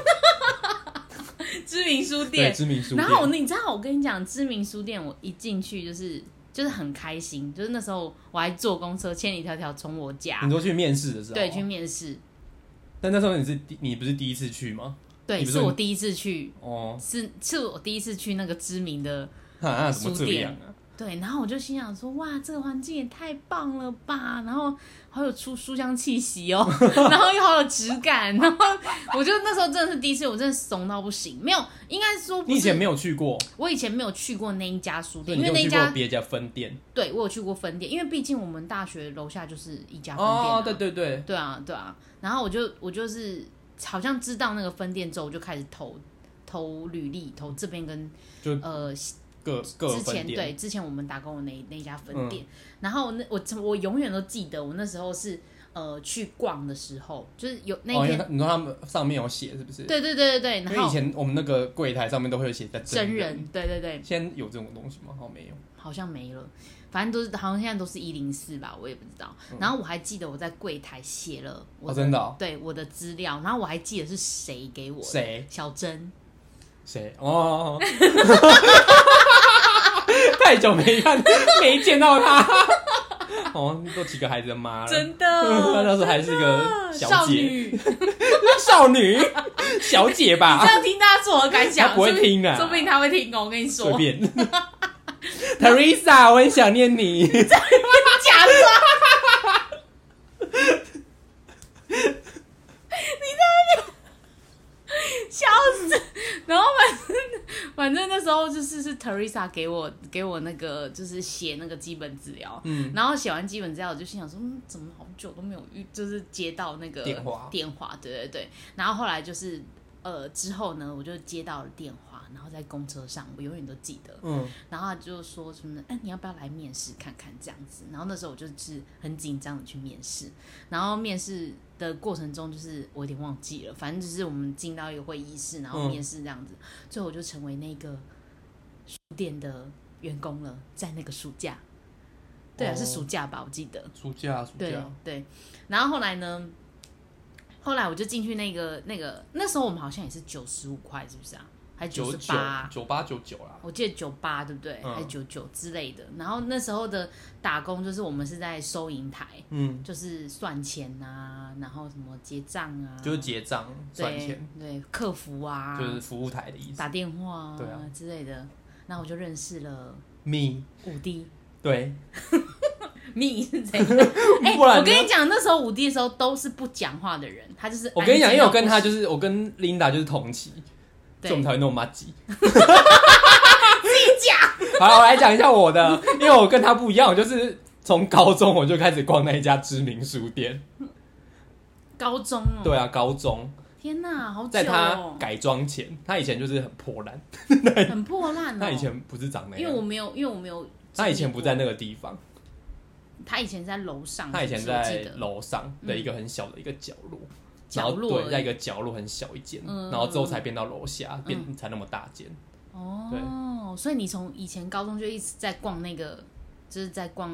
Speaker 2: 知名书
Speaker 3: 对，
Speaker 2: 店，
Speaker 3: 知名书
Speaker 2: 然
Speaker 3: 店。
Speaker 2: 后我你知道，我跟你讲，知名书店，我一进去就是就是很开心，就是那时候我还坐公车千里迢迢从我家
Speaker 3: 你说去面试的时候，啊
Speaker 2: 对去。面试，
Speaker 3: 但那时候你是第你不是第一次去吗？
Speaker 2: 对，
Speaker 3: 你不
Speaker 2: 是
Speaker 3: 是
Speaker 2: 我第一次去，
Speaker 3: 哦，
Speaker 2: 是是我第一次去那个知名的
Speaker 3: 啊，怎么
Speaker 2: 书
Speaker 3: 这
Speaker 2: 店
Speaker 3: 样啊？
Speaker 2: 对，然后我就心想说，哇，这个环境也太棒了吧！然后好有出书香气息哦， 然后又好有质感，然后我就那时候真的是第一次，我真的怂到不行，没有，应该说不
Speaker 3: 你以前
Speaker 2: 是，
Speaker 3: 没有去过，
Speaker 2: 我以前没有去过那一家书
Speaker 3: 对，
Speaker 2: 店，
Speaker 3: 你
Speaker 2: 因为那
Speaker 3: 就
Speaker 2: 一
Speaker 3: 去
Speaker 2: 家
Speaker 3: 过别家分店。
Speaker 2: 对我有去过分店，因为毕竟我们大学楼下就是一家分店、啊
Speaker 3: 哦，对对对，
Speaker 2: 对啊，对啊。然后我就我就是好像知道那个分店之后，我就开始投投履历，投这边跟
Speaker 3: 就
Speaker 2: 呃
Speaker 3: 各各
Speaker 2: 之
Speaker 3: 分
Speaker 2: 前
Speaker 3: 店。
Speaker 2: 对之前我们打工的那那一家分
Speaker 3: 嗯
Speaker 2: 店，然后那我我永远都记得我那时候是呃去逛的时候，就是有那一
Speaker 3: 哦，因为
Speaker 2: 天，
Speaker 3: 他你说他们上面有写是不是？，
Speaker 2: 对对对对对，
Speaker 3: 因
Speaker 2: 然
Speaker 3: 为以
Speaker 2: 后
Speaker 3: 前我们那个柜台上面都会有写在
Speaker 2: 真
Speaker 3: 人，
Speaker 2: 人，对对对，
Speaker 3: 现在有这种东西吗？好像没有。
Speaker 2: 好像没了，反正都是好像现在都是一零四吧，我也不知道。然后我还记得我在柜台写了我
Speaker 3: 嗯哦，真的哦？
Speaker 2: 对我的资料，然后我还记得是谁给我的，
Speaker 3: 谁嗯
Speaker 2: 小珍，
Speaker 3: 谁？哦， 太久没看，没见到他。哦，都几个孩子的妈了，
Speaker 2: 真
Speaker 3: 她
Speaker 2: 的
Speaker 3: 那时候还是个
Speaker 2: 少
Speaker 3: 小姐，
Speaker 2: 女，你
Speaker 3: 少女，小姐
Speaker 2: 这
Speaker 3: 吧，
Speaker 2: 样听大家作何感想？
Speaker 3: 她不会
Speaker 2: 说定
Speaker 3: 听啊
Speaker 2: 说不定她会听哦。我跟你说
Speaker 3: 随，便。Teresa，我很想念你。
Speaker 2: 假装，你在那边笑死。然后反正反正那时候就是是 Teresa 给我给我那个就是写那个基本资料，
Speaker 3: 嗯，
Speaker 2: 然后写完基本资料，我就心想说，嗯，怎么好久都没有遇，就是接到那个
Speaker 3: 电话
Speaker 2: 电话，对对对。然后后来就是，呃，之后呢，我就接到了电话，然后在公车上，我永远都记得。
Speaker 3: 嗯，
Speaker 2: 然后他就说什么，哎、你要不要来面试看看这样子？然后那时候我就是很紧张的去面试，然后面试的过程中就是我有点忘记了，反正就是我们进到一个会议室，然后
Speaker 3: 嗯
Speaker 2: 面试这样子，最后我就成为那个书店的员工了，在那个暑假，对啊，
Speaker 3: 哦
Speaker 2: 是暑假吧，我记得，
Speaker 3: 暑假，暑
Speaker 2: 对
Speaker 3: 假，
Speaker 2: 对，然后后来呢？后来我就进去那个那个，那时候我们好像也是九十五块，是不是啊？还
Speaker 3: 九
Speaker 2: 十
Speaker 3: 九
Speaker 2: 八、
Speaker 3: 九八九九啊啦。
Speaker 2: 我记得九八对不对？
Speaker 3: 嗯
Speaker 2: 还九九之类的。然后那时候的打工就是我们是在收银台，
Speaker 3: 嗯，
Speaker 2: 就是算钱啊，然后什么结账啊，
Speaker 3: 就是结账
Speaker 2: 对
Speaker 3: 算钱，，
Speaker 2: 对客服啊，
Speaker 3: 就是服务台的意思。
Speaker 2: 打电话啊
Speaker 3: 对啊
Speaker 2: 之类的。然后我就认识了
Speaker 3: me，
Speaker 2: 五 D，
Speaker 3: 对，
Speaker 2: 你是怎 样？哎、
Speaker 3: 不然呢
Speaker 2: 我跟你讲，那时候五 D 的时候都是不讲话的人，他就是
Speaker 3: 我跟你讲，因为我跟他
Speaker 2: 是
Speaker 3: 就是我跟 Linda 就是同期，所以我们才会弄麻吉。
Speaker 2: 假，
Speaker 3: 好了，我来讲一下我的，因为我跟他不一样，我就是从高中我就开始逛那一家知名书店。
Speaker 2: 高中哦，
Speaker 3: 对，啊，高中
Speaker 2: 天哪，好久
Speaker 3: 在他
Speaker 2: 哦，
Speaker 3: 改装前，他以前就是很破烂，
Speaker 2: 很破烂哦。
Speaker 3: 他以前不是长那
Speaker 2: 因为我
Speaker 3: 样，
Speaker 2: 没有，因为我没有，
Speaker 3: 他以前不在那个地方，
Speaker 2: 他以前在楼上，
Speaker 3: 他以前
Speaker 2: 是不是我
Speaker 3: 在
Speaker 2: 记得
Speaker 3: 楼上的一个很小的一个角落。然
Speaker 2: 嗯角
Speaker 3: 后
Speaker 2: 落而已，
Speaker 3: 对，在一个角落很小一间，
Speaker 2: 嗯
Speaker 3: 然后之后才变到楼下，变才那么大间。
Speaker 2: 哦，所以你从以前高中就一直在逛那个，就是在逛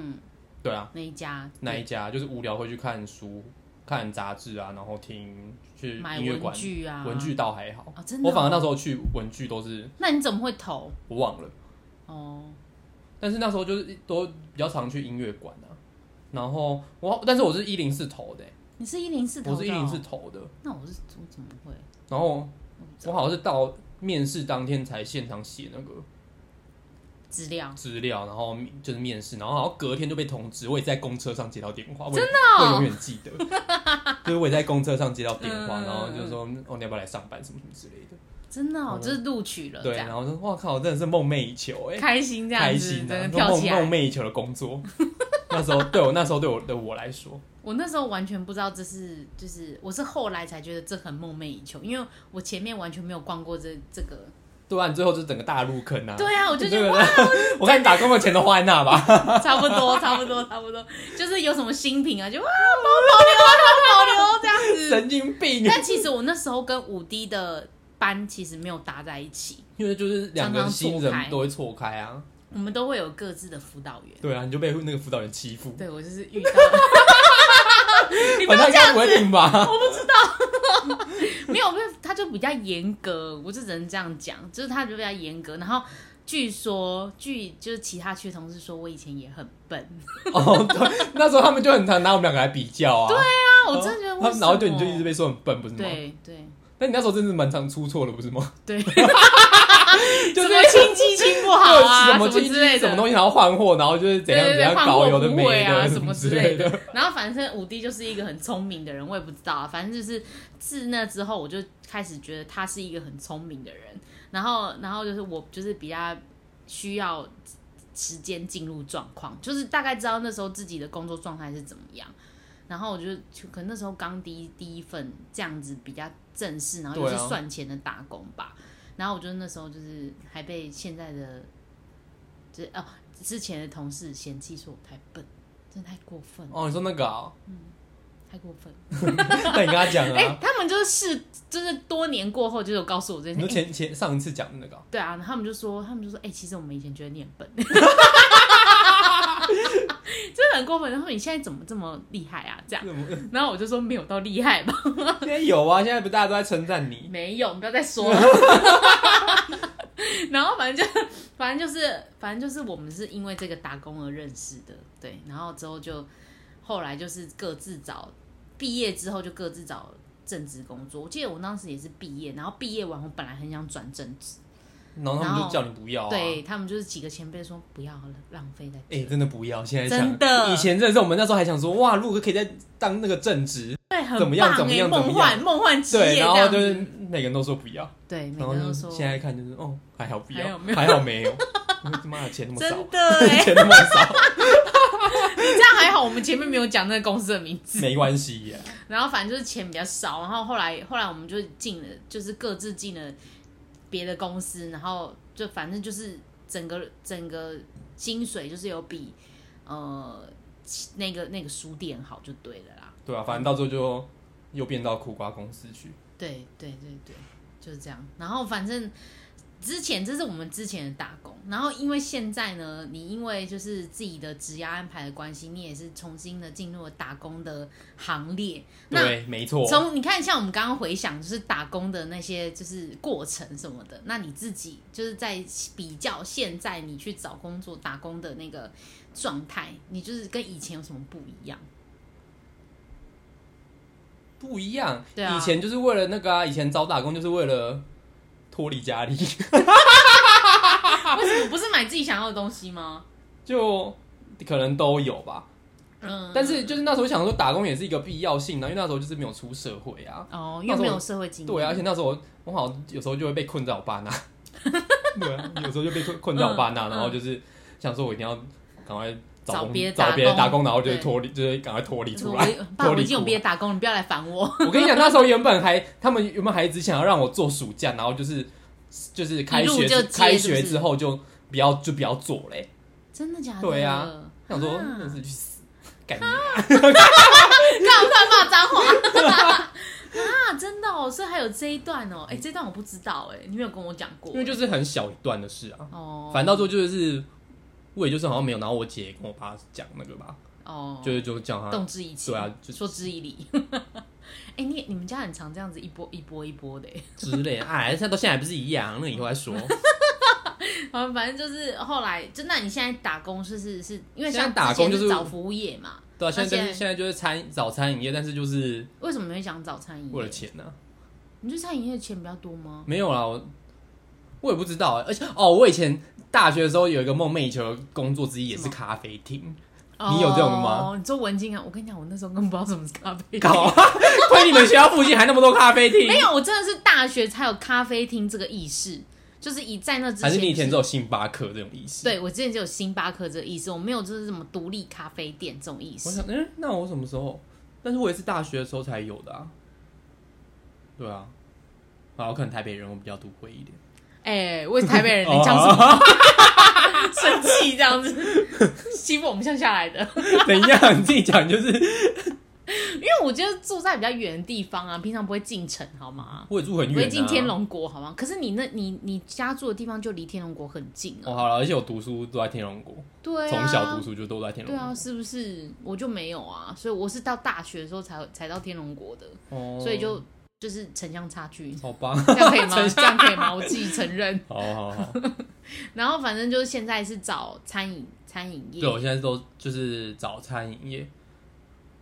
Speaker 3: 对啊，
Speaker 2: 那一家，
Speaker 3: 那一家就是无聊会去看书、看杂志啊，然后听去
Speaker 2: 买
Speaker 3: 音乐
Speaker 2: 文
Speaker 3: 馆。
Speaker 2: 具啊，
Speaker 3: 文具倒还好，
Speaker 2: 哦，真的哦、
Speaker 3: 我反而那时候去文具都是
Speaker 2: 那你怎么会投？
Speaker 3: 我忘了，
Speaker 2: 哦，
Speaker 3: 但是那时候就是都比较常去音乐馆啊。然后我，但是我是一零四投的欸、
Speaker 2: 你是一零四投的、哦
Speaker 3: 我是一零四，投的。
Speaker 2: 那我是我怎么会？
Speaker 3: 然后
Speaker 2: 我不知道
Speaker 3: 我好像是到面试当天才现场写那个
Speaker 2: 资料
Speaker 3: 资料，然后就是面试，然后好像隔天就被通知。我也在公车上接到电话，真
Speaker 2: 的
Speaker 3: 我
Speaker 2: 哦
Speaker 3: 永远 记得，就是我也在公车上接到电话，
Speaker 2: 嗯
Speaker 3: 然后就说哦你要不要来上班什么什么之类的。
Speaker 2: 真的、哦
Speaker 3: 嗯，
Speaker 2: 就是录取了，
Speaker 3: 对，
Speaker 2: 这
Speaker 3: 然
Speaker 2: 样
Speaker 3: 后说哇靠，真的是梦寐以求哎、
Speaker 2: 开心这样
Speaker 3: 开
Speaker 2: 子，
Speaker 3: 心
Speaker 2: 真
Speaker 3: 啊
Speaker 2: 的，
Speaker 3: 梦
Speaker 2: 跳
Speaker 3: 梦
Speaker 2: 起
Speaker 3: 梦
Speaker 2: 来。
Speaker 3: 寐以求的工 作。那时候对我那时候对我对我来说，
Speaker 2: 我那时候完全不知道这是，就是我是后来才觉得这很梦寐以求，因为我前面完全没有逛过这这个。
Speaker 3: 对啊，你最后就是整个大入坑啊。
Speaker 2: 对啊，我就觉
Speaker 3: 对
Speaker 2: 得
Speaker 3: 不对？ 我看你打工的钱都花在那吧。
Speaker 2: 差不多，差不多，差不多，就是有什么新品啊，就哇，保留，保留，保留这样子。
Speaker 3: 神经病！
Speaker 2: 但其实我那时候跟五 D 的班其实没有搭在一起，
Speaker 3: 因为就是两个
Speaker 2: 常常
Speaker 3: 新
Speaker 2: 错开
Speaker 3: 人都会错开啊。
Speaker 2: 我们都会有各自的辅导员。
Speaker 3: 对啊，你就被那个辅导员欺负。
Speaker 2: 对我就是遇到，你不
Speaker 3: 反
Speaker 2: 要
Speaker 3: 正
Speaker 2: 这
Speaker 3: 应该
Speaker 2: 样
Speaker 3: 不会
Speaker 2: 子，
Speaker 3: 听吧？
Speaker 2: 没有，没有，他就比较严格，我就只能这样讲，就是他就比较严格。然后据说，据就是其他区的同事说，我以前也很笨，啊
Speaker 3: 哦，对，那时候他们就很常拿我们两个来比较啊。对啊，
Speaker 2: 啊，我真的觉得为
Speaker 3: 他
Speaker 2: 什么，
Speaker 3: 们然后就你就一直被说很笨，不是吗？。
Speaker 2: 对对
Speaker 3: 但你那时候真的蛮常出错的，不是吗？
Speaker 2: 对，
Speaker 3: 就
Speaker 2: 什
Speaker 3: 是
Speaker 2: 么亲戚亲不好啊，
Speaker 3: 什么
Speaker 2: 之
Speaker 3: 亲
Speaker 2: 类的，
Speaker 3: 戚什么东西，然后换货，然后就是怎样
Speaker 2: 对
Speaker 3: 怎
Speaker 2: 对
Speaker 3: 样
Speaker 2: 对，换
Speaker 3: 搞，
Speaker 2: 货
Speaker 3: 有的
Speaker 2: 不会
Speaker 3: 没
Speaker 2: 啊
Speaker 3: 的
Speaker 2: 什么
Speaker 3: 么 之
Speaker 2: 类
Speaker 3: 的。。
Speaker 2: 然后反正五弟就是一个很聪明的人，我也不知道啊。反正就是自那之后，我就开始觉得他是一个很聪明的人。然后，然后就是我就是比较需要时间进入状况，就是大概知道那时候自己的工作状态是怎么样。然后我就就可能那时候刚第一第一份这样子比较正式，然后又
Speaker 3: 对
Speaker 2: 是
Speaker 3: 啊
Speaker 2: 算钱的打工吧。然后我就那时候就是还被现在的，就是哦之前的同事嫌弃说我太笨，真的太过分了，
Speaker 3: 哦，你说那个啊？
Speaker 2: 太过分了。
Speaker 3: 那你跟他讲
Speaker 2: 哎、
Speaker 3: 啊。
Speaker 2: 他们就是事就是多年过后就是有告诉我这件
Speaker 3: 你说
Speaker 2: 事。哎
Speaker 3: 前前上一次讲的那个啊，
Speaker 2: 对啊，他们就说，他们就说，哎、其实我们以前觉得你很 笨， 真的很过分。然后你现在怎么这么厉害啊？这样，
Speaker 3: 怎么
Speaker 2: 然后我就说没有到厉害吧，
Speaker 3: 现在有啊，现在不大家都在称赞你。
Speaker 2: 没有，你不要再说 了。然后反正就反正就是反正就是我们是因为这个打工而认识的，对。然后之后就后来就是各自找毕业之后就各自找正职工作。我记得我当时也是毕业，然后毕业完我本来很想转正职，
Speaker 3: 然后他
Speaker 2: 然
Speaker 3: 们
Speaker 2: 后
Speaker 3: 就叫你不要啊。
Speaker 2: 对他们就是几个前辈说不要了，浪费在这。
Speaker 3: 哎、真的不要！现在想
Speaker 2: 真的
Speaker 3: 以前真的是我们那时候还想说，哇，如果可以再当那个正职，
Speaker 2: 对，很棒
Speaker 3: 怎么样
Speaker 2: 欸
Speaker 3: 怎么样怎
Speaker 2: 梦
Speaker 3: 么样
Speaker 2: 幻梦幻职
Speaker 3: 对，
Speaker 2: 业
Speaker 3: 然
Speaker 2: 这
Speaker 3: 后
Speaker 2: 样
Speaker 3: 就是
Speaker 2: 子。
Speaker 3: 每个人都说不要，
Speaker 2: 对，每
Speaker 3: 然
Speaker 2: 个
Speaker 3: 后
Speaker 2: 人都
Speaker 3: 就
Speaker 2: 说
Speaker 3: 现在看就是，哦，还好不要，
Speaker 2: 还好没有
Speaker 3: 好没有， 他妈的钱那么少
Speaker 2: 真，的哎、
Speaker 3: 钱那 么少，
Speaker 2: 这样还好，我们前面没有讲那个公司的名字。
Speaker 3: 没关系呀、
Speaker 2: 然后反正就是钱比较少，然后后来后来我们就进了，就是各自进了别的公司，然后就反正就是整个整个薪水就是有比呃那个那个书店好就对了啦，
Speaker 3: 对啊，反正到最后就又变到苦瓜公司去，
Speaker 2: 对对对对，就是这样。然后反正之前这是我们之前的打工，然后因为现在呢，你因为就是自己的职业安排的关系，你也是重新的进入了打工的行列，那。
Speaker 3: 对，没错。
Speaker 2: 从你看，像我们刚刚回想，就是打工的那些就是过程什么的，那你自己就是在比较现在你去找工作打工的那个状态，你就是跟以前有什么不一样？
Speaker 3: 不一样，
Speaker 2: 对啊
Speaker 3: 以前就是为了那个啊，以前找打工就是为了脱离家里，
Speaker 2: 为什么不是买自己想要的东西吗？
Speaker 3: 就可能都有吧。
Speaker 2: 嗯，
Speaker 3: 但是就是那时候想说，打工也是一个必要性呢、啊因为那时候就是没有出社会啊。
Speaker 2: 哦，因为没有社会经验，
Speaker 3: 对啊，而且那时候我我好像有时候就会被困在我爸那， 对啊，有时候就被困困在我爸那，
Speaker 2: 嗯
Speaker 3: 然后就是想说我一定要赶快找
Speaker 2: 找
Speaker 3: 工
Speaker 2: 别的
Speaker 3: 找别的
Speaker 2: 打
Speaker 3: 打
Speaker 2: 工
Speaker 3: 工，然后就是
Speaker 2: 对
Speaker 3: 脱离，就是赶快脱离
Speaker 2: 就是
Speaker 3: 出
Speaker 2: 我
Speaker 3: 来
Speaker 2: 也，哎爸，
Speaker 3: 脱
Speaker 2: 我
Speaker 3: 离
Speaker 2: 已经有
Speaker 3: 苦
Speaker 2: 别的打工，你不要来烦我。
Speaker 3: 我跟你讲，那时候原本还他们原本还只想要让我做暑假，然后就是就是开
Speaker 2: 一路
Speaker 3: 学
Speaker 2: 就
Speaker 3: 之
Speaker 2: 接
Speaker 3: 开
Speaker 2: 是不是
Speaker 3: 学之后就不要就不要做嘞、
Speaker 2: 真的假的？
Speaker 3: 对啊，想说
Speaker 2: 啊
Speaker 3: 那是去死，感觉
Speaker 2: 干嘛突然骂脏话？ 啊，真的哦，所以还有这一段哦，哎、这段我不知道哎、你没有跟我讲过，
Speaker 3: 因为就是很小一段的事啊。
Speaker 2: 哦，
Speaker 3: 反正到最后就是，我也就是好像没有，然后我姐也跟我爸讲那个吧，
Speaker 2: 哦，
Speaker 3: 就是就叫他
Speaker 2: 动之以情，
Speaker 3: 对啊就
Speaker 2: 说之以理。 哎、你你们家很常这样子一波一波一波的欸，
Speaker 3: 之类的，哎，现在到现在还不是一样，那以后再说。
Speaker 2: 好，反正就是后来，就那你现在打工是是是因为
Speaker 3: 现在
Speaker 2: 像
Speaker 3: 打
Speaker 2: 之前
Speaker 3: 工就是
Speaker 2: 是找服务业嘛？
Speaker 3: 对啊，现在
Speaker 2: 那现在
Speaker 3: 但是现在就是餐早餐饮业，但是就是
Speaker 2: 为什么你会想找餐饮业？
Speaker 3: 为了钱呢、啊，
Speaker 2: 你觉得餐饮业的钱比较多吗？
Speaker 3: 没有啦，我我也不知道欸、而且哦，我以前大学的时候有一个梦寐以求的工作之一也是咖啡厅，你有这种吗
Speaker 2: 哦？你做文青啊？我跟你讲，我那时候根本不知道什么是咖 啡厅。
Speaker 3: 搞，啊亏你们学校附近还那么多咖啡厅，
Speaker 2: 没有，我真的是大学才有咖啡厅这个意识，就是一在那之前
Speaker 3: 还是你以前
Speaker 2: 是
Speaker 3: 只有星巴克这种意思？，
Speaker 2: 对我之前就有星巴克这个意思，我没有就是什么独立咖啡店这种意
Speaker 3: 我
Speaker 2: 思。
Speaker 3: 想，嗯、那我什么时候？但是我也是大学的时候才有的啊。对啊，啊，我可能台北人我比较都会一 点。
Speaker 2: 哎、我是台北 人，你讲
Speaker 3: 哦
Speaker 2: 什么？ 生气这样子， 欺负我们乡下来的。
Speaker 3: 怎样？你自己讲就是，
Speaker 2: 因为我觉得住在比较远的地方啊，平常不会进城，好吗？
Speaker 3: 我也住很
Speaker 2: 不
Speaker 3: 远、啊。
Speaker 2: 会进天。龙国，好吗？可是你那你你家住的地方就离天龙国很近啊。
Speaker 3: 哦，好了，而且我读书都在天龙国，
Speaker 2: 对啊，
Speaker 3: 从、小读书就都在天龙
Speaker 2: 对啊，
Speaker 3: 国。
Speaker 2: 是不是？我就没有啊，所以我是到大学的时候才才到天龙国的，
Speaker 3: 哦，
Speaker 2: 所以就就是城乡差距，
Speaker 3: 好吧，
Speaker 2: 这样可以 吗？
Speaker 3: 城
Speaker 2: 这样可以吗？我自己承认。
Speaker 3: 好好好，
Speaker 2: 然后反正就是现在是找餐饮餐饮业
Speaker 3: 对，我现在都就是早餐饮业，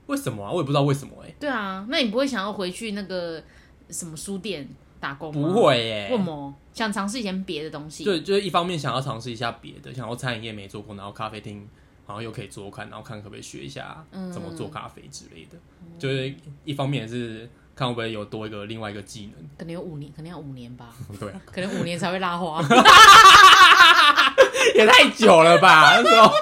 Speaker 3: 为什么啊？我也不知道为什么哎、
Speaker 2: 对啊，那你不会想要回去那个什么书店打工吗？
Speaker 3: 不，会耶、
Speaker 2: 为什么？想尝试一些别的东西？
Speaker 3: 对，就是一方面想要尝试一下别的，想要餐饮业没做过，然后咖啡厅，然后又可以做做看，然后看可不可以学一下
Speaker 2: 嗯
Speaker 3: 怎么做咖啡之类的。就是一方面也是看会不会有多一个另外一个技能。
Speaker 2: 可能有五年，可能要五年吧，
Speaker 3: 对啊，
Speaker 2: 可能五年才会拉花。
Speaker 3: 也太久了吧？那时候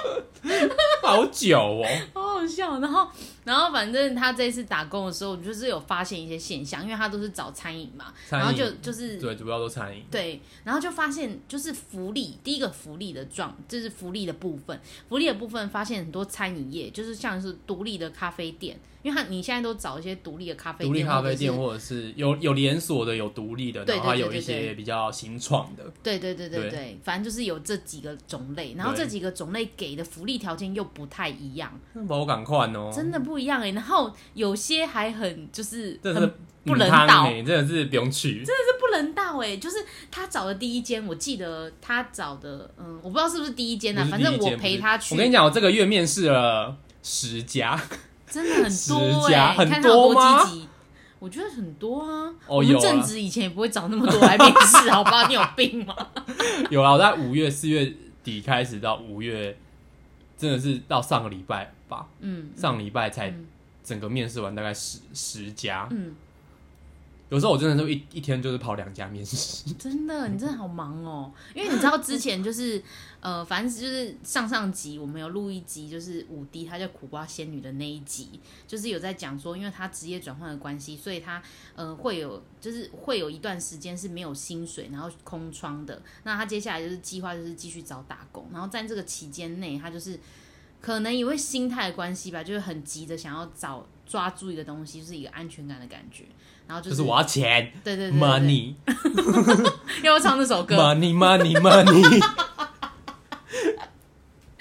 Speaker 3: 好久哦。
Speaker 2: 好好笑。然后，然后反正他这次打工的时候，我就是有发现一些现象，因为他都是找餐饮嘛，
Speaker 3: 餐饮
Speaker 2: 然后就就是
Speaker 3: 对，主要都餐饮。
Speaker 2: 对，然后就发现就是福利，第一个福利的状，就是福利的部分，福利的部分发现很多餐饮业就是像是独立的咖啡店，因为他你现在都找一些独立的咖啡店，
Speaker 3: 独立咖啡店，
Speaker 2: 或者是
Speaker 3: 或者是有有连锁的，有独立的，
Speaker 2: 对
Speaker 3: 然后还
Speaker 2: 对对
Speaker 3: 有一
Speaker 2: 对对
Speaker 3: 些比较新创的。
Speaker 2: 对对对对
Speaker 3: 对
Speaker 2: 对，反正就是有这几个种类，然后这
Speaker 3: 对
Speaker 2: 几个种类给的福利条件又不太一样，
Speaker 3: 那我赶快哦，
Speaker 2: 真的不一样哎、然后有些还很就是
Speaker 3: 真的
Speaker 2: 很
Speaker 3: 是
Speaker 2: 不人
Speaker 3: 汤
Speaker 2: 道，
Speaker 3: 欸真的是不用去。
Speaker 2: 不人道哎、就是他找的第一间，我记得他找的，嗯，我不知道是不是第一间啊，
Speaker 3: 不是
Speaker 2: 反
Speaker 3: 第一
Speaker 2: 正我
Speaker 3: 间不
Speaker 2: 陪
Speaker 3: 是
Speaker 2: 他去，
Speaker 3: 我跟你讲，我这个月面试了十家，
Speaker 2: 真的很多
Speaker 3: 十
Speaker 2: 哎、
Speaker 3: 家
Speaker 2: 欸，看他
Speaker 3: 很
Speaker 2: 有
Speaker 3: 多吗
Speaker 2: 积极。我觉得很多啊，
Speaker 3: 哦
Speaker 2: 我们
Speaker 3: 有啊
Speaker 2: 正职以前也不会找那么多来面试， 好不好？你有病吗？
Speaker 3: 有啊啦，我在五月四月底开始到五月，真的是到上个礼拜吧，
Speaker 2: 嗯
Speaker 3: 上礼拜才
Speaker 2: 嗯
Speaker 3: 整个面试完大概十十家，
Speaker 2: 嗯，
Speaker 3: 有时候我真的就一一天就是跑两家面试，
Speaker 2: 真的，你真的好忙哦。因为你知道之前就是，呃， 反正就是上上集我们有录一集，就是五 D，她叫苦瓜仙女的那一集，就是有在讲说，因为她职业转换的关系，所以她呃会有就是会有一段时间是没有薪水，然后空窗的。那她接下来就是计划就是继续找打工，然后在这个期间内，她就是可能也会心态的关系吧，就是很急着想要找抓住一个东西，就是一个安全感的感觉。然后就
Speaker 3: 就是是我要钱
Speaker 2: 对对对对对
Speaker 3: ，money
Speaker 2: 要不要唱这首歌？
Speaker 3: money money money，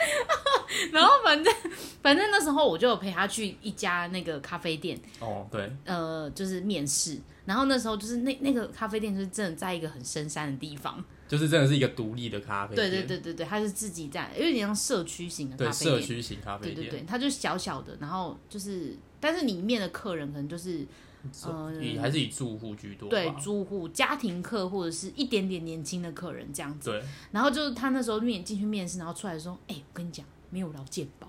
Speaker 2: 然后反正反正那时候我就有陪他去一家那个咖啡店，
Speaker 3: 哦对，
Speaker 2: 呃，就是面试。然后那时候就是那那个咖啡店就是真的在一个很深山的地方，
Speaker 3: 就是真的是一个独立的咖啡
Speaker 2: 对
Speaker 3: 店，
Speaker 2: 对对对对，他是自己在，有点像社区型的咖
Speaker 3: 对
Speaker 2: 啡店，
Speaker 3: 社区型咖啡
Speaker 2: 对对
Speaker 3: 店，
Speaker 2: 对，他就小小的，然后就是但是里面的客人可能就是呃嗯
Speaker 3: 所以还是以住户居多吧，
Speaker 2: 对住户、家庭客或者是一点点年轻的客人这样子。
Speaker 3: 对
Speaker 2: 然后就是他那时候面进去面试，然后出来说：“哎、我跟你讲，没有劳健保。”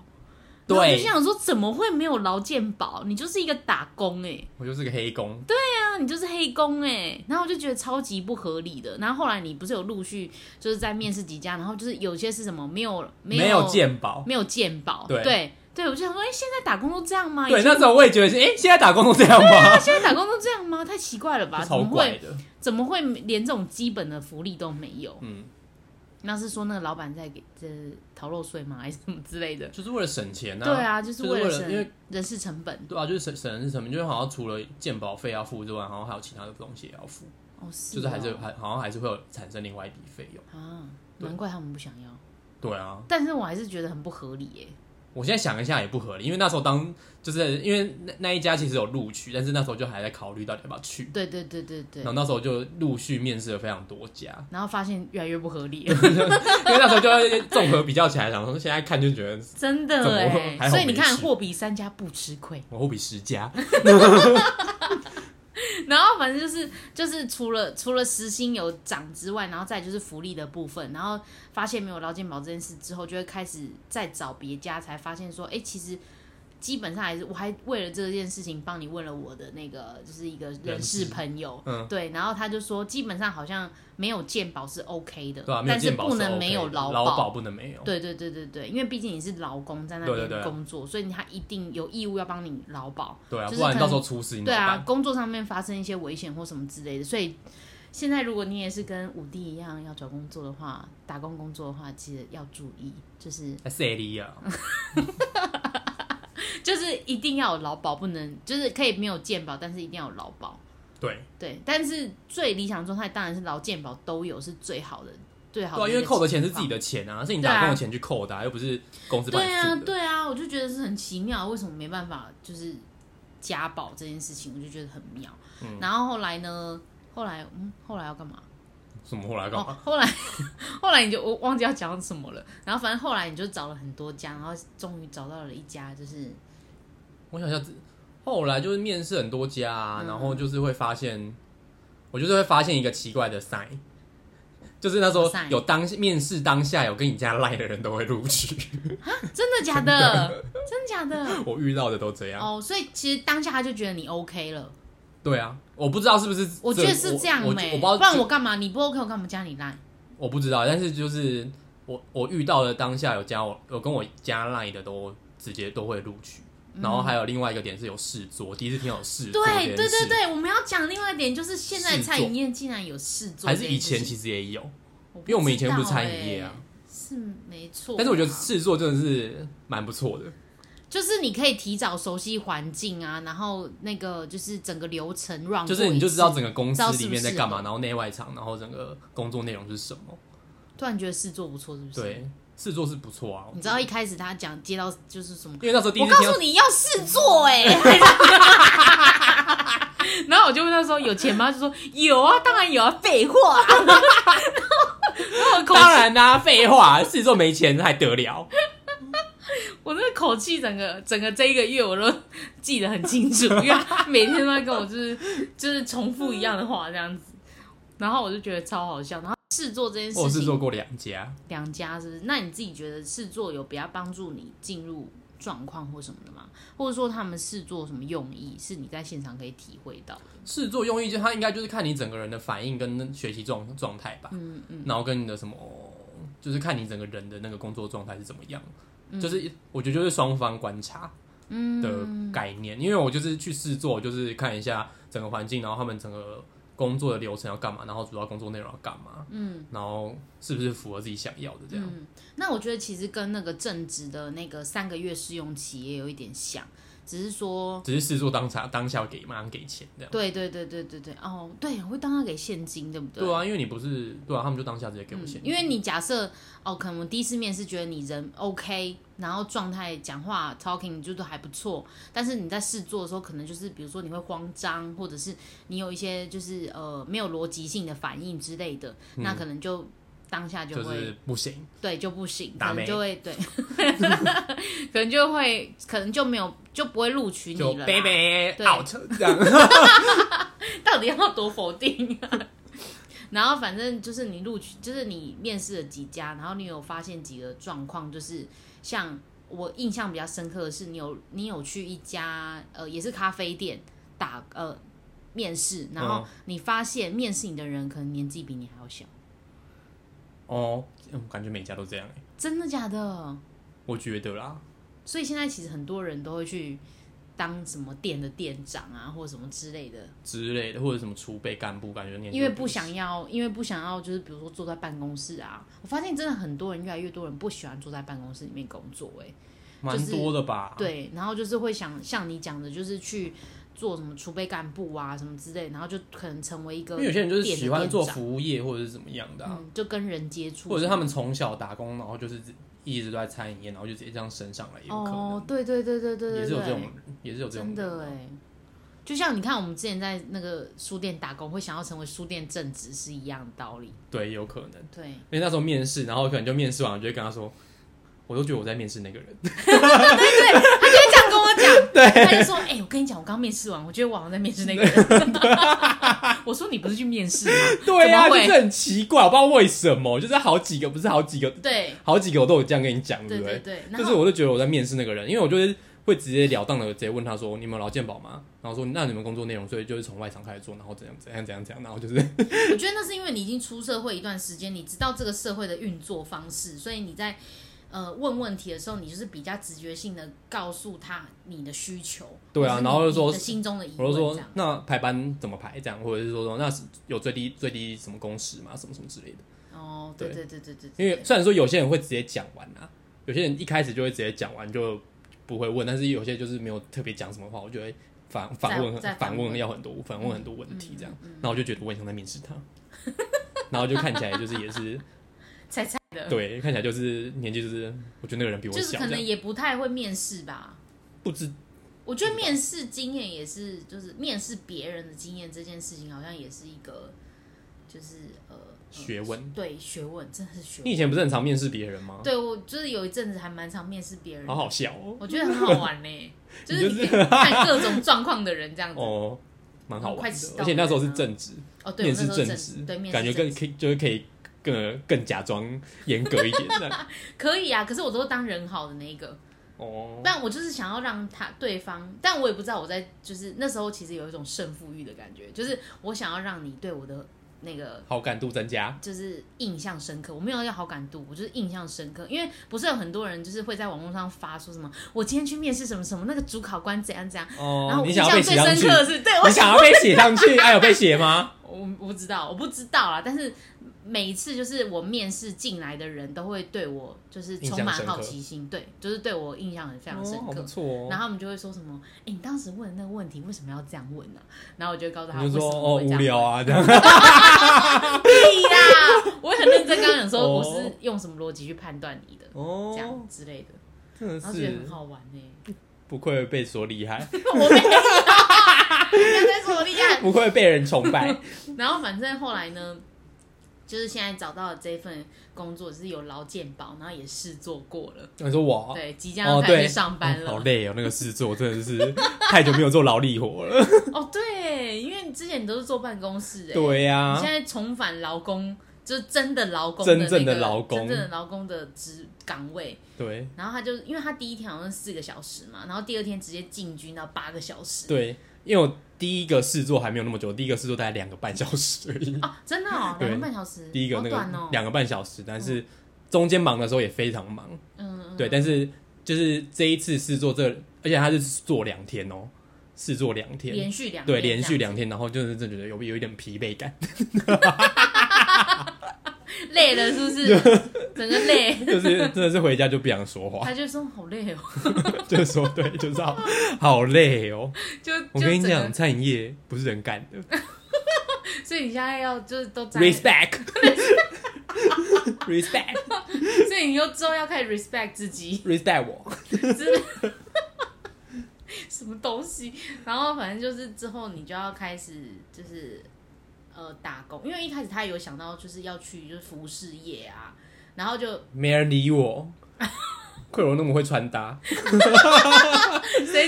Speaker 3: 对
Speaker 2: 然后我就想说怎么会没有劳健保？你就是一个打工哎、
Speaker 3: 我就是个黑工，
Speaker 2: 对啊，你就是黑工哎、然后我就觉得超级不合理的。然后后来你不是有陆续就是在面试几家，然后就是有些是什么没有没有
Speaker 3: 没有鉴宝。
Speaker 2: 没有健保，
Speaker 3: 对
Speaker 2: 对对我就想说，哎、现在打工都这样吗？
Speaker 3: 对，
Speaker 2: 以前
Speaker 3: 那时候我也觉得是，哎、现在打工都这样吗？
Speaker 2: 现在打工都这样吗？太奇怪 了啊吧？怎
Speaker 3: 超
Speaker 2: 么
Speaker 3: 怪
Speaker 2: 会
Speaker 3: 的，
Speaker 2: 怎么会连这种基本的福利都没有？
Speaker 3: 嗯，
Speaker 2: 那是说那个老板在给这逃漏税吗？还是什么之类的？
Speaker 3: 就是为了省钱啊。
Speaker 2: 对啊，就是为了
Speaker 3: 就是为了因
Speaker 2: 省
Speaker 3: 为
Speaker 2: 人事成本。
Speaker 3: 对啊，就是省省的是什么？就是好像除了鉴保费要付之外，好像还有其他的东西也要付，
Speaker 2: 哦，是哦
Speaker 3: 就是还是还好像还是会有产生另外一笔费用。
Speaker 2: 啊，难怪他们不想要。
Speaker 3: 对啊，
Speaker 2: 但是我还是觉得很不合理耶、
Speaker 3: 我现在想一下也不合理，因为那时候当就是因为那那一家其实有录取，但是那时候就还在考虑到底要不要去。
Speaker 2: 对对对对对
Speaker 3: 然后，那时候就陆续面试了非常多家，
Speaker 2: 然后发现越来越不合理，
Speaker 3: 因为那时候就要综合比较起来，想说现在看就觉得
Speaker 2: 真
Speaker 3: 怎
Speaker 2: 的
Speaker 3: 么会
Speaker 2: 哎
Speaker 3: 还，好
Speaker 2: 所以你
Speaker 3: 没
Speaker 2: 看
Speaker 3: 事
Speaker 2: 货比三家不吃亏。
Speaker 3: 我会比十家，
Speaker 2: 然后反正就是就是除了除了时薪有涨之外，然后再就是福利的部分，然后发现没有劳健保这件事之后，就会开始再找别家，才发现说，哎，其实基本上还是我还为了这件事情帮你问了我的那个就是一个人事
Speaker 3: 人事
Speaker 2: 朋友，
Speaker 3: 嗯
Speaker 2: 对，然后他就说基本上好像没有健保是 OK 的，
Speaker 3: 对吧、啊没有
Speaker 2: 但
Speaker 3: 健保
Speaker 2: 不
Speaker 3: OK
Speaker 2: 能
Speaker 3: 的
Speaker 2: 没有劳
Speaker 3: 劳保不能没有。
Speaker 2: 对对对对对，因为毕竟你是劳工在那
Speaker 3: 对
Speaker 2: 边
Speaker 3: 对对啊
Speaker 2: 工作，所以他一定有义务要帮你劳保。
Speaker 3: 对啊，
Speaker 2: 就是
Speaker 3: 不然
Speaker 2: 可能
Speaker 3: 到时候出事你怎
Speaker 2: 对
Speaker 3: 么
Speaker 2: 啊
Speaker 3: 办？，
Speaker 2: 工作上面发生一些危险或什么之类的，所以现在如果你也是跟五弟一样要找工作的话，打工工作的话，记得要注意，就是
Speaker 3: 还是 A 利啊，
Speaker 2: 就是一定要有劳保，不能就是可以没有健保，但是一定要有劳保。
Speaker 3: 对，
Speaker 2: 对，但是最理想的状态当然是劳健保都有是最好的，最好
Speaker 3: 对
Speaker 2: 的
Speaker 3: 啊，
Speaker 2: 一
Speaker 3: 因
Speaker 2: 个情况。
Speaker 3: 为扣的钱是自己的钱啊，是你打工的钱去扣的、啊，又不是公司帮你
Speaker 2: 对啊
Speaker 3: 付，的。
Speaker 2: 对啊，我就觉得是很奇妙，为什么没办法就是家暴这件事情，我就觉得很妙。
Speaker 3: 嗯
Speaker 2: 然后后来呢？后来嗯，后来要干嘛？
Speaker 3: 什么后来干嘛？
Speaker 2: 哦，后来 后来你就我忘记要讲什么了。然后反正后来你就找了很多家，然后终于找到了一家，就是
Speaker 3: 我想一下，后来就是面试很多家、啊，然
Speaker 2: 嗯
Speaker 3: 后就是会发现，我就是会发现一个奇怪的 sign，就是那时候
Speaker 2: 什么 sign？
Speaker 3: 有当面试当下有跟你家赖的人都会录取，
Speaker 2: 真的假的？ 真的假的？
Speaker 3: 我遇到的都这样。
Speaker 2: 哦，所以其实当下他就觉得你 OK 了，
Speaker 3: 对啊，我不知道是不是这，
Speaker 2: 我觉得是这样
Speaker 3: 我我
Speaker 2: 没、
Speaker 3: 我不知道
Speaker 2: 不然我干嘛？你不 OK，我干嘛加你烂？
Speaker 3: 我不知道，但是就是我我遇到的当下有加我有跟我加 line 的都直接都会录取，然后还有另外一个点是有试做，第一次听到有试做这
Speaker 2: 嗯
Speaker 3: 件
Speaker 2: 对
Speaker 3: 事，
Speaker 2: 对对对，我们要讲另外一点，就是现在
Speaker 3: 试
Speaker 2: 餐
Speaker 3: 做
Speaker 2: 饮业竟然有事做
Speaker 3: 还
Speaker 2: 这件事情，
Speaker 3: 是以前其实也有，
Speaker 2: 不
Speaker 3: 因为我们以前不是
Speaker 2: 知道
Speaker 3: 餐饮业啊
Speaker 2: 欸，是没错。
Speaker 3: 但是我觉得试做真的是蛮不错的，
Speaker 2: 就是你可以提早熟悉环境啊，然后那个就是整个流程 run，
Speaker 3: 就是你就知道整个公
Speaker 2: 知道
Speaker 3: 司
Speaker 2: 是不
Speaker 3: 里面在
Speaker 2: 是
Speaker 3: 干嘛，
Speaker 2: 的
Speaker 3: 然后内外场，然后整个工作内容是什么。
Speaker 2: 突然觉得试做不错，是不是？，
Speaker 3: 对，试做是不错啊，
Speaker 2: 你知道一开始他讲接到就是什么，
Speaker 3: 因为那时候第一
Speaker 2: 我
Speaker 3: 次
Speaker 2: 告
Speaker 3: 听到
Speaker 2: 诉你要试做哎、 然后我就问他说有钱吗？他就说有啊，当然有啊，废话、 啊。然后我口
Speaker 3: 当然啦、废话，试做没钱还得 了？
Speaker 2: 我那个口气，整个整个这一个月我都记得很清楚， 因为他每天都在跟我就是就是重复一样的话这样子，然后我就觉得超好笑。然后试做这件
Speaker 3: 我有
Speaker 2: 事
Speaker 3: 试哦做
Speaker 2: 情，
Speaker 3: 过两家，
Speaker 2: 两家是不是？那你自己觉得试做有比较帮助你进入状况或什么的吗？或者说他们试做什么用意是你在现场可以体会到的？
Speaker 3: 试做用意就它应该就是看你整个人的反应跟学习状状态吧，
Speaker 2: 嗯嗯，
Speaker 3: 然后跟你的什么，就是看你整个人的那个工作状态是怎么样，
Speaker 2: 嗯
Speaker 3: 就是我觉得就是双方观察的概念，因为我就是去试做，就是看一下整个环境，然后他们整个工作的流程要干嘛，然后主要工作内容要干嘛，嗯，然后是不是符合自己想要的这
Speaker 2: 嗯
Speaker 3: 样，
Speaker 2: 那我觉得其实跟那个正职的那个三个月试用期也有一点像，只是说
Speaker 3: 只是试做当下当下给马上给钱这样，
Speaker 2: 对对对对对对，哦，对，会当他给现金，对不对？
Speaker 3: 对啊，因为你不是对啊，他们就当下直接给我
Speaker 2: 嗯
Speaker 3: 钱，
Speaker 2: 因为你假设哦，可能我第一次面试觉得你人 OK，然后状态、讲话、talking 就都还不错，但是你在试做的时候，可能就是比如说你会慌张，或者是你有一些就是呃没有逻辑性的反应之类的，那可能就当下就
Speaker 3: 嗯就
Speaker 2: 会、
Speaker 3: 是不行，
Speaker 2: 对就不行，
Speaker 3: 打
Speaker 2: 可
Speaker 3: 妹
Speaker 2: 能就会对， 可能就会可能就没有就不会录取你
Speaker 3: 就
Speaker 2: 了啦。
Speaker 3: baby
Speaker 2: 对
Speaker 3: out 这样。
Speaker 2: 到底要多否定、啊？ 然后反正就是你录取，就是你面试了几家，然后你有发现几个状况，就是像我印象比较深刻的是，你有你有去一家呃也是咖啡店打呃面试，然后你发现面试你的人可能年纪比你还要小，
Speaker 3: 哦，嗯，感觉每家都这样欸
Speaker 2: 真的假的？
Speaker 3: 我觉得啦，
Speaker 2: 所以现在其实很多人都会去当什么店的店长啊，或什么之类的，
Speaker 3: 之类的，或者什么储备干部，感觉年纪
Speaker 2: 因为
Speaker 3: 都
Speaker 2: 不
Speaker 3: 小
Speaker 2: 想要，因为不想要，就是比如说坐在办公室啊，我发现真的很多人，越来越多人不喜欢坐在办公室里面工作、欸，
Speaker 3: 蛮
Speaker 2: 就是
Speaker 3: 多的吧？
Speaker 2: 对，然后就是会想像你讲的，就是去做什么储备干部啊什么之类，然后就可能成为一个
Speaker 3: 因为有些人就是喜欢做
Speaker 2: 店的店
Speaker 3: 服务业或者是怎么样的、
Speaker 2: 长，
Speaker 3: 啊，
Speaker 2: 嗯，就跟人接触，
Speaker 3: 或者是他们从小打工，然后就是一直都在餐饮业，然后就直接这样升上来，也有可能，
Speaker 2: 哦，对对对对对对，
Speaker 3: 也是有
Speaker 2: 对
Speaker 3: 这种，也是有这种啊
Speaker 2: 真的哎。就像你看，我们之前在那个书店打工，会想要成为书店正职是一样的道理。
Speaker 3: 对，也有可能。
Speaker 2: 对，
Speaker 3: 因为那时候面试，然后可能就面试完，我就会跟他说，我都觉得我在面试那个人。
Speaker 2: 他这样跟我 讲，对，他就说：“哎、我跟你讲，我刚面试完，我觉得我好像在面试那个人。” 我说：“你不是去面试吗？
Speaker 3: 对呀、
Speaker 2: 怎么
Speaker 3: 就
Speaker 2: 会
Speaker 3: 是很奇怪，我不知道为什么，就是好几个，不是好几个，
Speaker 2: 对
Speaker 3: 好几个我都有这样跟你讲，
Speaker 2: 对
Speaker 3: 不
Speaker 2: 对对，然
Speaker 3: 就是
Speaker 2: 后
Speaker 3: 我就觉得我在面试那个人，因为我就是会直截了当的直接问他说：“你们有劳健保吗？”然后说：“那你们工作内容，所以就是从外场开始做，然后怎样怎样怎样怎样，然后就是
Speaker 2: 我觉得那是因为你已经出社会一段时间，你知道这个社会的运作方式，所以你在呃问问题的时候，你就是比较直觉性的告诉他你的需求。
Speaker 3: 对啊
Speaker 2: 或是你
Speaker 3: 然后就说
Speaker 2: 你的心中的疑
Speaker 3: 我
Speaker 2: 问
Speaker 3: 就
Speaker 2: 这
Speaker 3: 说
Speaker 2: 样。
Speaker 3: 那排班怎么排这样，或者是说说那是有最低最低什么工时嘛，什么什么之类的。
Speaker 2: 哦，对对
Speaker 3: 对
Speaker 2: 对对对，
Speaker 3: 因为
Speaker 2: 对
Speaker 3: 虽然说有些人会直接讲完啊，有些人一开始就会直接讲完就不会问，但是有些就是没有特别讲什么话，我就会反反问
Speaker 2: 再再反
Speaker 3: 反
Speaker 2: 问嗯
Speaker 3: 问要很多反问很多问题这样，然后我就觉得我很像在面试 他，然后就看起来就是也是
Speaker 2: 菜菜的，
Speaker 3: 对，看起来就是年纪就是我觉得那个人比我
Speaker 2: 就是
Speaker 3: 小
Speaker 2: 可
Speaker 3: 这
Speaker 2: 能
Speaker 3: 样，
Speaker 2: 也不太会面试吧。
Speaker 3: 不知
Speaker 2: 我觉得面试经验也是，就是面试别人的经验这件事情，好像也是一个，就是呃，
Speaker 3: 学问。
Speaker 2: 对学问，真的是学
Speaker 3: 你以
Speaker 2: 问。
Speaker 3: 前不是很常面试别人吗？
Speaker 2: 对我就是有一阵子还蛮常面试别人的，
Speaker 3: 好好笑哦，
Speaker 2: 嗯我觉得很好玩呢、欸 就是
Speaker 3: 你
Speaker 2: 你
Speaker 3: 就是
Speaker 2: 可以 看各种状况的人这样子。哦，
Speaker 3: 哦，蛮好玩
Speaker 2: 快
Speaker 3: 的
Speaker 2: 迟。到
Speaker 3: 而且那时候是
Speaker 2: 了
Speaker 3: 正职，
Speaker 2: 对，我
Speaker 3: 面
Speaker 2: 那时
Speaker 3: 试
Speaker 2: 候
Speaker 3: 正
Speaker 2: 正
Speaker 3: 职
Speaker 2: 对，面
Speaker 3: 感觉
Speaker 2: 试
Speaker 3: 更
Speaker 2: 正
Speaker 3: 可以，就是可以更更假装严格一点这样。
Speaker 2: 可以啊，可是我都是当人好的那一个，
Speaker 3: 哦，
Speaker 2: 但我就是想要让他对方，但我也不知道我在就是那时候其实有一种胜负欲的感觉，就是我想要让你对我的那个
Speaker 3: 好感度增加。
Speaker 2: 就是印象深刻，我没有要好感度，我就是印象深刻，因为不是有很多人就是会在网络上发说什么我今天去面试什么什么，那个主考官怎样怎样，然
Speaker 3: 哦
Speaker 2: 后，我
Speaker 3: 你
Speaker 2: 印
Speaker 3: 想
Speaker 2: 象
Speaker 3: 要被
Speaker 2: 最
Speaker 3: 写上
Speaker 2: 深
Speaker 3: 去
Speaker 2: 刻？的是，对我
Speaker 3: 你想要被写上 去？哎，有被写吗？
Speaker 2: 我我不知道，我不知道啦，但是每一次就是我面试进来的人都会对我就是
Speaker 3: 印象
Speaker 2: 充满
Speaker 3: 深刻
Speaker 2: 好奇心，对，就是对我印象很非常深
Speaker 3: 哦，好
Speaker 2: 刻。
Speaker 3: 不错哦。
Speaker 2: 然后他们就会说什么：“哎、你当时问的那个问题为什么要这样问呢、啊然后我就会告诉他：“
Speaker 3: 你就
Speaker 2: 为
Speaker 3: 说
Speaker 2: 什
Speaker 3: 哦
Speaker 2: 么会这
Speaker 3: 无
Speaker 2: 样问
Speaker 3: 聊啊这样，
Speaker 2: 屁啦！我也很认真跟他讲 说，
Speaker 3: 哦
Speaker 2: 我是用什么逻辑去判断你的，这
Speaker 3: 哦
Speaker 2: 样，之类的，
Speaker 3: 真的
Speaker 2: 然后觉得
Speaker 3: 是
Speaker 2: 很好玩呢、
Speaker 3: 不愧被说厉 害，
Speaker 2: 我没有，你在说我厉害。
Speaker 3: 不愧被人崇 拜。
Speaker 2: 然后反正后来呢，就是现在找到了这份工作，就是有劳健保，然后也试做过了，
Speaker 3: 你说我
Speaker 2: 对，即将要
Speaker 3: 哦
Speaker 2: 开
Speaker 3: 对，
Speaker 2: 始上班
Speaker 3: 哦
Speaker 2: 了。
Speaker 3: 好累哦，那个事做真的是太久没有做劳力 活了。
Speaker 2: 哦对，因为之前你都是坐办公室哎、
Speaker 3: 对
Speaker 2: 你
Speaker 3: 呀
Speaker 2: 现，在重返劳工。就是真的劳工、
Speaker 3: 真正的劳工
Speaker 2: 真正的劳工的职岗位，
Speaker 3: 对
Speaker 2: 然后他就因为他第一天好像是四个小时嘛，然后第二天直接进军到八个小时。
Speaker 3: 对，因为我第一个事做还没有那么久，第一个事做大概两个半小时而已。
Speaker 2: 哦，真的哦，
Speaker 3: 对
Speaker 2: 两个半小时，
Speaker 3: 第一个
Speaker 2: 好
Speaker 3: 那
Speaker 2: 短
Speaker 3: 个
Speaker 2: 哦，
Speaker 3: 两个半小时，但是中间忙的时候也非常忙，
Speaker 2: 嗯，嗯
Speaker 3: 对，，但是就是这一次试做这，而且他是做两天哦，试做两天，
Speaker 2: 连续两
Speaker 3: 对，
Speaker 2: 天
Speaker 3: 连
Speaker 2: 这
Speaker 3: 续
Speaker 2: 样
Speaker 3: 两天，然后就是真的觉得有有一点疲惫感，
Speaker 2: 累了是不是？ 整个累，
Speaker 3: 就是真的是回家就不想说话，
Speaker 2: 他就说好累哦，
Speaker 3: 就是说对，就是好好累哦。
Speaker 2: 就
Speaker 3: 我
Speaker 2: 就
Speaker 3: 跟你
Speaker 2: 整
Speaker 3: 讲，
Speaker 2: 个，
Speaker 3: 餐饮业不是人干 的
Speaker 2: 所以你现在要就是都在，所
Speaker 3: ，respect，respect，respect。respect
Speaker 2: 以你又之后要开始 respect 自己，
Speaker 3: respect 我，
Speaker 2: 真的什么东西？然后反正就是之后你就要开始就是呃打工，因为一开始他有想到就是要去就是服饰业啊，然后就
Speaker 3: 没人 理我。愧柔那么会穿搭，
Speaker 2: 谁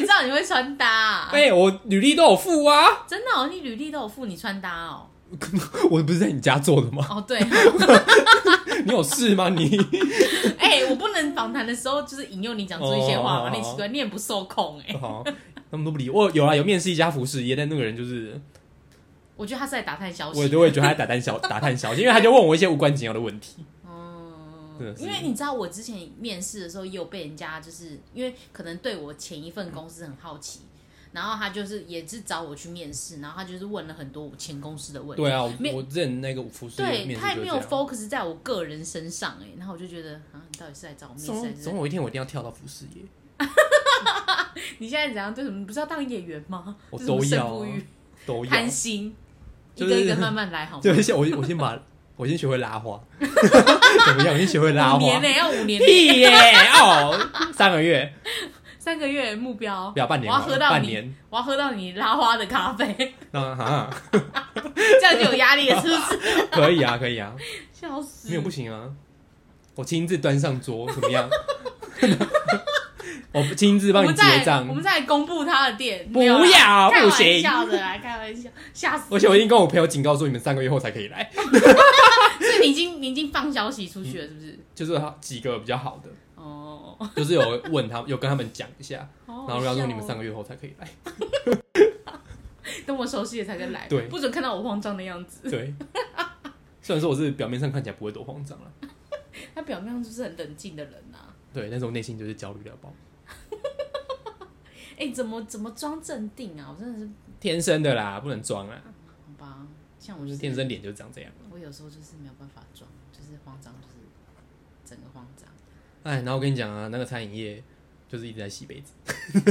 Speaker 2: 知道你会穿搭、啊？
Speaker 3: 哎、我履历都有附啊，
Speaker 2: 真的哦，你履历都有附你穿搭哦。
Speaker 3: 我不是在你家做的吗？
Speaker 2: 哦，对，
Speaker 3: 你有事吗你？
Speaker 2: 哎、我不能访谈的时候就是引诱你讲出一些话
Speaker 3: 哦
Speaker 2: 嘛，
Speaker 3: 哦
Speaker 2: 你奇怪，你也不受控哎、
Speaker 3: 好，他们都不理我。有啊，有面试一家服饰业，但那个人就是
Speaker 2: 我觉得他是在打探消
Speaker 3: 我，
Speaker 2: 息。
Speaker 3: 都会觉得他在打探小打探消息，因为他就问我一些无关紧要的问题。真
Speaker 2: 嗯
Speaker 3: 的，是
Speaker 2: 因为你知道我之前面试的时候也有被人家就是因为可能对我前一份公司很好奇，然后他就是也是找我去面试，然后他就是问了很多我前公司的问题。
Speaker 3: 对啊，我
Speaker 2: 没
Speaker 3: 我之前那个服饰业
Speaker 2: 对
Speaker 3: 面
Speaker 2: 他
Speaker 3: 试
Speaker 2: 也
Speaker 3: 就
Speaker 2: 没
Speaker 3: 是
Speaker 2: 有
Speaker 3: 这样。
Speaker 2: focus 在我个人身上哎、然后我就觉得啊，你到底是来找我面试还
Speaker 3: 总
Speaker 2: 是
Speaker 3: 总有一天我一定要跳到服饰业，
Speaker 2: 你现在怎样？对什么？你不是要当演员吗？
Speaker 3: 我
Speaker 2: 这是什么胜
Speaker 3: 都要
Speaker 2: 负
Speaker 3: 啊
Speaker 2: 欲
Speaker 3: 都要
Speaker 2: 贪。心，
Speaker 3: 就
Speaker 2: 一
Speaker 3: 是
Speaker 2: 个一个慢慢来，好吗？
Speaker 3: 对，先我我先把我先学会 拉花，怎么样？我先学会拉
Speaker 2: 五
Speaker 3: 花，
Speaker 2: 年呢，要五年呢，
Speaker 3: 屁耶、哦，三个月
Speaker 2: 三个月目标，
Speaker 3: 不要半年
Speaker 2: 我要
Speaker 3: 好
Speaker 2: 喝
Speaker 3: 了
Speaker 2: 到
Speaker 3: 半
Speaker 2: 你
Speaker 3: 年，
Speaker 2: 我要喝到你拉花的咖啡，
Speaker 3: 那 哈
Speaker 2: 这样就有压力了，是不 是？
Speaker 3: 可以啊，可以啊，
Speaker 2: 笑死！
Speaker 3: 没有不行啊，我亲自端上桌，怎么样？ 我亲自
Speaker 2: 我
Speaker 3: 帮你
Speaker 2: 们
Speaker 3: 结
Speaker 2: 再
Speaker 3: 账
Speaker 2: 我，们再公布他的店，
Speaker 3: 不
Speaker 2: 没有啦啊
Speaker 3: 要
Speaker 2: 开
Speaker 3: 不
Speaker 2: 玩
Speaker 3: 行
Speaker 2: 笑的啦，开玩笑，吓死！
Speaker 3: 而且我已经跟我朋友警告说，你们三个月后才可以来，
Speaker 2: 所以你已经你已经放消息出去了，是不是？
Speaker 3: 就是几个比较好的，
Speaker 2: 哦，
Speaker 3: 就是有问他，有跟他们讲一下，
Speaker 2: 然
Speaker 3: 然后要说你们三个月后才可以来，
Speaker 2: 等我熟悉了才能来，
Speaker 3: 对
Speaker 2: 不准看到我慌张的样子。
Speaker 3: 对。虽然说我是表面上看起来不会多慌张了，啊
Speaker 2: 他表面上就是很冷静的人啊，
Speaker 3: 对，但是我内心就是焦虑到爆，
Speaker 2: 哎、怎么怎么装镇定啊？我真的是
Speaker 3: 天生的啦，不能装啦，
Speaker 2: 好吧，像我
Speaker 3: 就
Speaker 2: 就是是
Speaker 3: 天生脸就是长这样。
Speaker 2: 我有时候就是没有办法装，就是慌张，就是整个慌张。
Speaker 3: 哎，然后我跟你讲啊，那个餐饮业就是一直在洗杯子。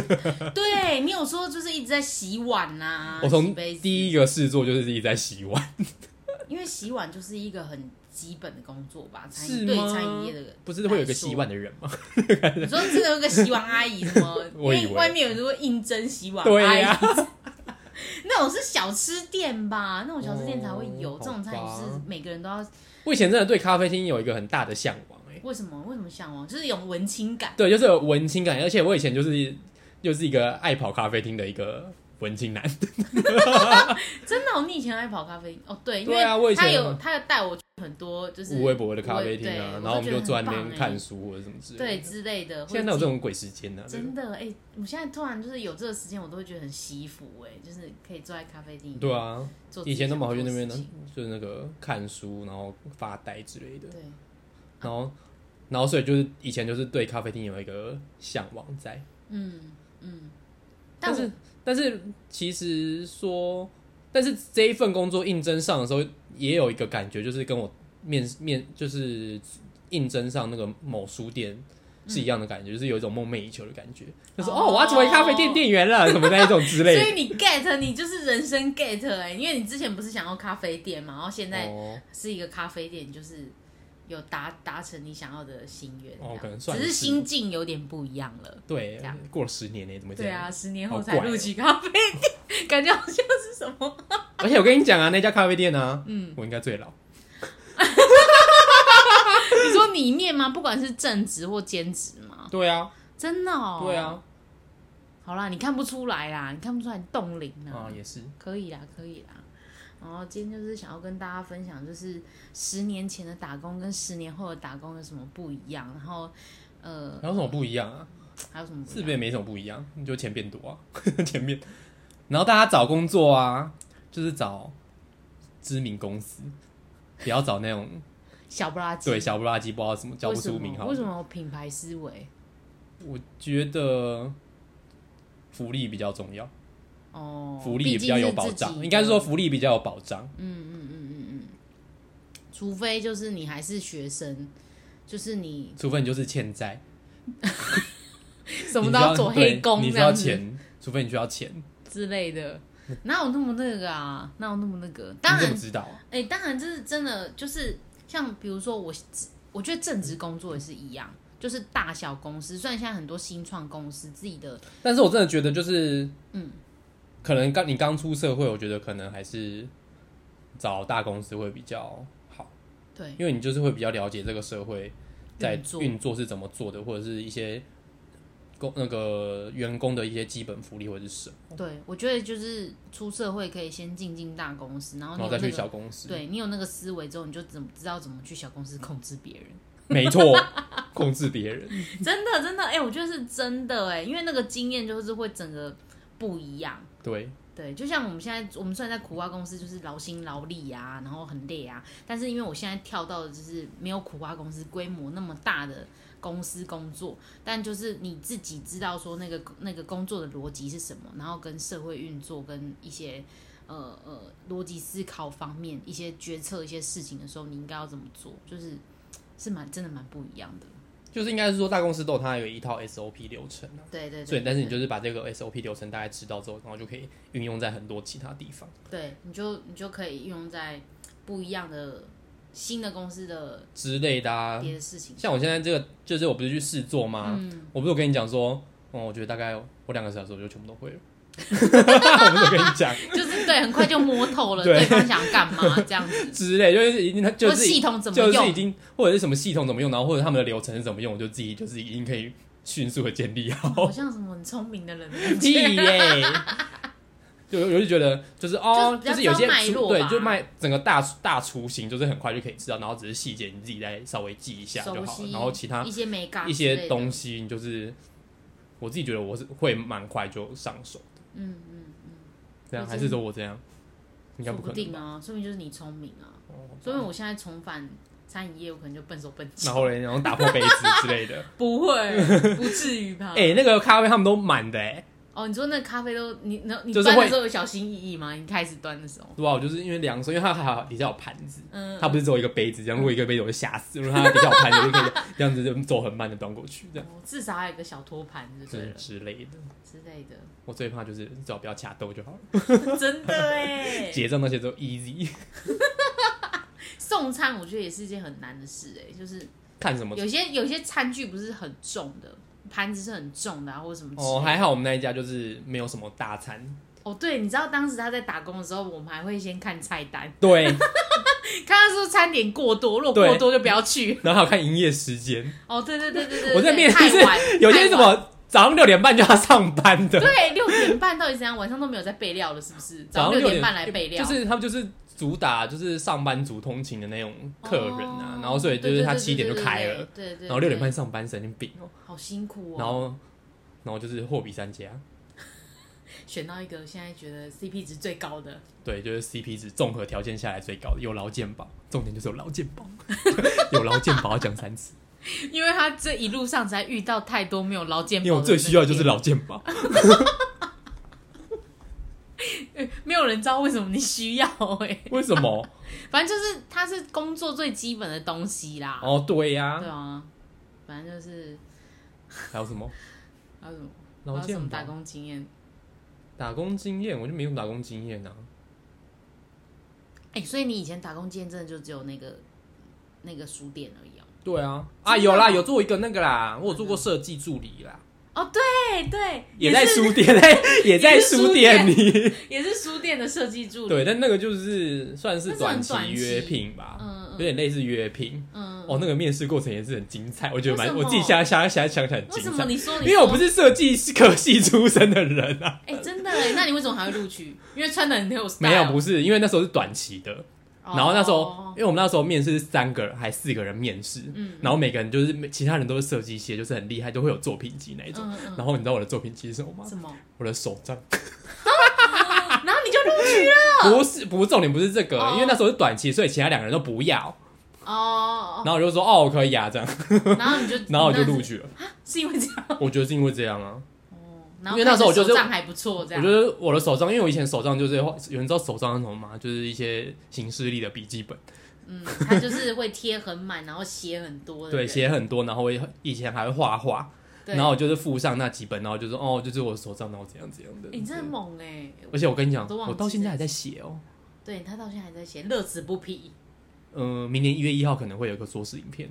Speaker 2: 对你有时候就是一直在洗碗呐、啊，
Speaker 3: 我
Speaker 2: 洗
Speaker 3: 从
Speaker 2: 杯子
Speaker 3: 第一个试做就是一直在洗碗，
Speaker 2: 因为洗碗就是一个很基本的工作吧，餐
Speaker 3: 是
Speaker 2: 饮对
Speaker 3: 吗
Speaker 2: 餐饮业的人。
Speaker 3: 不是会有一个洗碗的人吗？
Speaker 2: 你说真的有个洗碗阿姨什么？因
Speaker 3: 我以为
Speaker 2: 为外面有人会应征洗碗
Speaker 3: 对
Speaker 2: 阿姨，
Speaker 3: 呀、
Speaker 2: 那种是小吃店吧？那种小吃店才会有，
Speaker 3: 哦
Speaker 2: 这种餐饮
Speaker 3: 好
Speaker 2: 是
Speaker 3: 吧
Speaker 2: 每个人都要。
Speaker 3: 我以前真的对咖啡厅有一个很大的向往、哎，
Speaker 2: 为什么？为什么向往？就是有文青感。
Speaker 3: 对，就是有文青感，而且我以前就是又是一个爱跑咖啡厅的一个文青男，
Speaker 2: 真的哦、你以前爱跑咖啡厅哦？对，因
Speaker 3: 对啊我
Speaker 2: 为
Speaker 3: 以前
Speaker 2: 他有他有带我去很多就是
Speaker 3: 无微博的咖啡厅
Speaker 2: 对
Speaker 3: 啊，然后我们
Speaker 2: 觉得
Speaker 3: 就坐在那
Speaker 2: 很
Speaker 3: 边
Speaker 2: 棒
Speaker 3: 看
Speaker 2: 哎
Speaker 3: 书或者什么之类的。
Speaker 2: 对，之类的。
Speaker 3: 现在哪有这种鬼时间呢、
Speaker 2: 或者
Speaker 3: 啊？
Speaker 2: 是
Speaker 3: 对
Speaker 2: 真
Speaker 3: 不
Speaker 2: 的哎、我现在突然就是有这个时间，我都会觉得很惜福哎、就是可以坐在咖啡厅。
Speaker 3: 对对，啊，
Speaker 2: 做自己
Speaker 3: 以前都跑去
Speaker 2: 想
Speaker 3: 那
Speaker 2: 做的
Speaker 3: 边呢
Speaker 2: 事情，
Speaker 3: 就是那个看书，然后发呆之类的。
Speaker 2: 对，
Speaker 3: 然后，然后所以就是以前就是对咖啡厅有一个向往在，
Speaker 2: 嗯嗯。
Speaker 3: 但
Speaker 2: 但
Speaker 3: 是
Speaker 2: 是
Speaker 3: 但是其实说，但是这一份工作应征上的时候，也有一个感觉，就是跟我面面就是应征上那个某书店。是一样的感觉，就是有一种梦寐以求的感觉，就是哦，
Speaker 2: 哦
Speaker 3: 我要成为咖啡店店员了，什么那一种之类
Speaker 2: 所
Speaker 3: 的。
Speaker 2: 以你 get 你就是人生 get 哎、因为你之前不是想要咖啡店嘛，然后现在
Speaker 3: 哦，
Speaker 2: 是一个咖啡店，就是有达达成你想要的心愿这样，
Speaker 3: 哦可能算
Speaker 2: 只是
Speaker 3: 是
Speaker 2: 心境有点不一样了。
Speaker 3: 对
Speaker 2: 这样，
Speaker 3: 过了十年呢，怎么会这
Speaker 2: 对
Speaker 3: 样？
Speaker 2: 啊，十年
Speaker 3: 好
Speaker 2: 后才
Speaker 3: 怪哦
Speaker 2: 录取咖啡店，感觉好像是什么？
Speaker 3: 而且我跟你讲啊，那家咖啡店啊，嗯，我应该最老。
Speaker 2: 哦你说里面吗？不管是正职或兼职吗？
Speaker 3: 对啊，
Speaker 2: 真的哦。
Speaker 3: 对。啊，
Speaker 2: 好啦，你看不出来啦，你看不出来你冻龄啊
Speaker 3: 啊。也是，
Speaker 2: 可以啦，可以啦。然后今天就是想要跟大家分享，就是十年前的打工跟十年后的打工有什么不一样，然后呃
Speaker 3: 然后有什么不一样啊？
Speaker 2: 还有什么不
Speaker 3: 是
Speaker 2: 一
Speaker 3: 不是也
Speaker 2: 样？
Speaker 3: 没什么不一样？你就钱变多啊， 钱变。然后大家找工作啊，就是找知名公司，不要找那 种
Speaker 2: 小不拉几，
Speaker 3: 对小不拉几，不知道什么叫
Speaker 2: 为
Speaker 3: 不
Speaker 2: 什
Speaker 3: 出
Speaker 2: 么
Speaker 3: 名号。
Speaker 2: 为什？么品牌思维？
Speaker 3: 我觉得福利比较重要，
Speaker 2: 哦，
Speaker 3: 福利也比较有保
Speaker 2: 毕竟是自己
Speaker 3: 障。
Speaker 2: 的
Speaker 3: 应该是说，福利比较有保障。
Speaker 2: 除非就是你还是学生，就是你
Speaker 3: 除非你就是欠债，
Speaker 2: 什么
Speaker 3: 你
Speaker 2: 都
Speaker 3: 知道
Speaker 2: 要做黑工
Speaker 3: 对你
Speaker 2: 这
Speaker 3: 需要
Speaker 2: 样子。
Speaker 3: 钱，除非你需要钱。
Speaker 2: 之类的，哪有那么那个啊？哪有那么那个？当
Speaker 3: 你怎
Speaker 2: 然
Speaker 3: 么，知道啊？
Speaker 2: 哎、当然这是真的，就是像比如说我，我觉得正职工作也是一样，就是大小公司，虽然现在很多新创公司自己的，
Speaker 3: 但是我真的觉得就是，
Speaker 2: 嗯，
Speaker 3: 可能刚你刚出社会，我觉得可能还是找大公司会比较好，
Speaker 2: 对，
Speaker 3: 因为你就是会比较了解这个社会在
Speaker 2: 运作
Speaker 3: 运作是怎么做的，或者是一些工那个员工的一些基本福利或者是什么，
Speaker 2: 对我觉得就是出社会可以先进进大公司，然后你
Speaker 3: 然
Speaker 2: 有
Speaker 3: 后再
Speaker 2: 那
Speaker 3: 去
Speaker 2: 个，
Speaker 3: 小公司。，
Speaker 2: 对你有那个思维之后，你就怎么知道怎么去小公司控制别人。
Speaker 3: 没错， 控制别人。
Speaker 2: 真的，真的，哎、我觉得是真的，哎，因为那个经验就是会整个不一样。
Speaker 3: 对，
Speaker 2: 对，就像我们现在，我们虽然在苦瓜公司就是劳心劳力啊，然后很累啊，但是因为我现在跳到的就是没有苦瓜公司规模那么大的公司工作，但就是你自己知道说那个那个工作的逻辑是什么，然后跟社会运作跟一些呃呃逻辑思考方面一些决策一些事情的时候，你应该要怎么做，就是是蛮真的蛮不一样的。
Speaker 3: 就是应该是说大公司都有它有一套 SOP 流程啊，
Speaker 2: 对对对，
Speaker 3: 所以但是你
Speaker 2: 对
Speaker 3: 就是把这个 SOP 流程大概知道之后，然后就可以运用在很多其他地方。
Speaker 2: 对你就你就可以用在不一样的新的公司的
Speaker 3: 之类的啊。
Speaker 2: 别的事情。
Speaker 3: 像我现在这个，就是我不是去试做吗？
Speaker 2: 嗯
Speaker 3: 我不是有跟你讲说，哦，我觉得大概我两个小时我就全部都会了。 我不是有跟你讲
Speaker 2: 就是对，很快就摸透了
Speaker 3: 对
Speaker 2: 对方想干嘛这样子，
Speaker 3: 之类，就是已经他 就
Speaker 2: 或
Speaker 3: 是
Speaker 2: 系统怎么
Speaker 3: 就是已
Speaker 2: 用，
Speaker 3: 经或者是什么系统怎么用，然后或者他们的流程是怎么用，我就自己就是已经可以迅速的建立好
Speaker 2: 好。像什么很聪明 的人的感
Speaker 3: 屁
Speaker 2: 觉，
Speaker 3: 耶！ 就有有就觉得就是哦，
Speaker 2: 就
Speaker 3: 就是是
Speaker 2: 比
Speaker 3: 有
Speaker 2: 较
Speaker 3: 些
Speaker 2: 知道脉
Speaker 3: 雏
Speaker 2: 络
Speaker 3: 对，
Speaker 2: 吧
Speaker 3: 就卖整个大大雏形，就是很快就可以知道，然后只是细节你自己再稍微记一下就
Speaker 2: 熟
Speaker 3: 好了，
Speaker 2: 悉，
Speaker 3: 然后其他
Speaker 2: 一些美感，
Speaker 3: 一些东，西，你就是我自己觉得我是会蛮快就上手的。
Speaker 2: 嗯嗯，
Speaker 3: 这样
Speaker 2: 我
Speaker 3: 还
Speaker 2: 真
Speaker 3: 是说我这样，应该
Speaker 2: 说
Speaker 3: 不
Speaker 2: 不
Speaker 3: 可能
Speaker 2: 定
Speaker 3: 吧。
Speaker 2: 啊，说明就是你聪明啊，
Speaker 3: 哦
Speaker 2: 说明我现在重返餐饮业，我可能就笨手笨
Speaker 3: 然
Speaker 2: 脚，
Speaker 3: 后嘞，然后打破杯子之类 的。
Speaker 2: 不 会，不至于吧？
Speaker 3: 哎、那个咖啡他们都满的哎、
Speaker 2: 哦，你说那咖啡都你那你
Speaker 3: 就是
Speaker 2: 端的
Speaker 3: 会
Speaker 2: 时候有小心翼翼吗？你开始端的时候，
Speaker 3: 对吧、我就是因为凉水，因为它还好底下有盘子，
Speaker 2: 嗯，
Speaker 3: 它不是只有一个杯子，这样如果一个杯子我就吓死，如果它底下有盘子，我就可以这样子就走很慢的端过去，这样
Speaker 2: 哦至少还有一个小托盘就对
Speaker 3: 之
Speaker 2: 了
Speaker 3: 之类的。
Speaker 2: 之类的，
Speaker 3: 我最怕就是只要不要掐豆就好了，
Speaker 2: 真的 哎，
Speaker 3: 结账那些都 easy，
Speaker 2: 送餐我觉得也是一件很难的事哎、就是
Speaker 3: 看什么
Speaker 2: 有些有些餐具不是很重的，盘子是很重的啊，或者什么之类的
Speaker 3: 哦，还好我们那一家就是没有什么大餐，
Speaker 2: 哦，对，你知道当时他在打工的时候，我们还会先看菜单，
Speaker 3: 对，
Speaker 2: 看他是不是餐点过多，如果
Speaker 3: 对
Speaker 2: 过多就不要去。
Speaker 3: 然后还有看营业时间，
Speaker 2: 哦，对对对对对，
Speaker 3: 我在
Speaker 2: 对
Speaker 3: 面
Speaker 2: 太
Speaker 3: 试
Speaker 2: 晚，
Speaker 3: 有
Speaker 2: 太
Speaker 3: 些什
Speaker 2: 晚
Speaker 3: 么早上六点半就要上班的，
Speaker 2: 对六点半到底怎样，晚上都没有在备料了，是不是？早上
Speaker 3: 早上
Speaker 2: 六
Speaker 3: 点
Speaker 2: 半来备料，
Speaker 3: 就是他们就是主打就是上班族通勤的那种客人啊，
Speaker 2: 哦
Speaker 3: 然后所以就
Speaker 2: 对
Speaker 3: 是
Speaker 2: 对
Speaker 3: 他
Speaker 2: 对
Speaker 3: 七点就
Speaker 2: 对对
Speaker 3: 开了，
Speaker 2: 对对对对，
Speaker 3: 然后六点半上班，神经病哦、
Speaker 2: 好辛苦哦。
Speaker 3: 然后然后就是货比三家，
Speaker 2: 选到一个现在觉得 CP 值最高的，
Speaker 3: 对，就是 CP 值综合条件下来最高的，有劳健保，重点就是有劳健 保，有劳健保要讲三次，
Speaker 2: 因为他这一路上才遇到太多没有劳健保
Speaker 3: 因
Speaker 2: 的
Speaker 3: 为我最需要的就是劳健
Speaker 2: 哦
Speaker 3: 保，
Speaker 2: 没有人知道为什么你需要哎、
Speaker 3: 为什么？
Speaker 2: 反正就是它是工作最基本的东西啦。
Speaker 3: 哦，对呀、
Speaker 2: 对啊，反正就是
Speaker 3: 还有什么
Speaker 2: 还有什么
Speaker 3: 劳
Speaker 2: 还有什
Speaker 3: 健
Speaker 2: 么
Speaker 3: 保
Speaker 2: 打？工经验？
Speaker 3: 打工经验，我就没什么打工经验啊。
Speaker 2: 哎、所以你以前打工经验真的就只有那个那个书店而已哦。
Speaker 3: 对啊，
Speaker 2: 真的哦
Speaker 3: 啊有啦，有做一个那个啦，我有做过设计助理啦，
Speaker 2: 哦，对对，
Speaker 3: 也
Speaker 2: 是
Speaker 3: 在书店，在 也在书店里。
Speaker 2: 也是书店的设计助理。
Speaker 3: 对，但那个就是算是短期
Speaker 2: 那是很短期
Speaker 3: 约聘吧，
Speaker 2: 嗯嗯
Speaker 3: 有点类似约聘。
Speaker 2: 嗯，
Speaker 3: 哦，那个面试过程也是很精彩，我觉得
Speaker 2: 为什
Speaker 3: 蛮，
Speaker 2: 么
Speaker 3: 我自己想想想想想很
Speaker 2: 为什
Speaker 3: 精
Speaker 2: 么
Speaker 3: 彩，
Speaker 2: 你说你
Speaker 3: 因为我不
Speaker 2: 是
Speaker 3: 是设计 科系出身的人啊。
Speaker 2: 哎、真的哎，那你为什么还会录取？因为穿的很有 style。
Speaker 3: 没有，不是，因为那时候是短期的，
Speaker 2: 哦嗯
Speaker 3: 然后那时候，因为我们那时候面试是三个人还四个人面试，然后每个人就是其他人都是设计系，就是很厉害，都会有作品集那一种。
Speaker 2: 嗯嗯
Speaker 3: 然后你知道我的作品集是什么吗？
Speaker 2: 什么？
Speaker 3: 我的手账。
Speaker 2: 然后你就录取了
Speaker 3: 不是，不是重点不是这个，
Speaker 2: 哦
Speaker 3: 因为那时候是短期，所以其他两个人都不要。
Speaker 2: 哦，
Speaker 3: 然后我就说哦，可以啊， 这样，
Speaker 2: 然后你就
Speaker 3: 然后我就录
Speaker 2: 那是
Speaker 3: 取了。
Speaker 2: 是因为这样。
Speaker 3: 我觉得是因为这样啊，
Speaker 2: 哦，然后
Speaker 3: 因为那时候我就是
Speaker 2: 手账还不错，这
Speaker 3: 我
Speaker 2: 样。
Speaker 3: 觉得我的手账，因为我以前手账就是有人知道手账是什么吗？就是一些行事历的笔记本，
Speaker 2: 嗯，他就是会贴很满，然后写很多的
Speaker 3: 对，
Speaker 2: 人。
Speaker 3: 写很多，然后我也以前还会画画，
Speaker 2: 对。
Speaker 3: 然后我就是附上那几本，然后就说哦，就是我手账，然后怎样怎样的。
Speaker 2: 欸你真的很
Speaker 3: 对
Speaker 2: 猛哎、
Speaker 3: 而且我跟你讲，
Speaker 2: 我都忘记
Speaker 3: 我到现在还在写哦。
Speaker 2: 对他到现在还在写，乐此不疲。
Speaker 3: 嗯，明年一月一号可能会有一个缩时影片，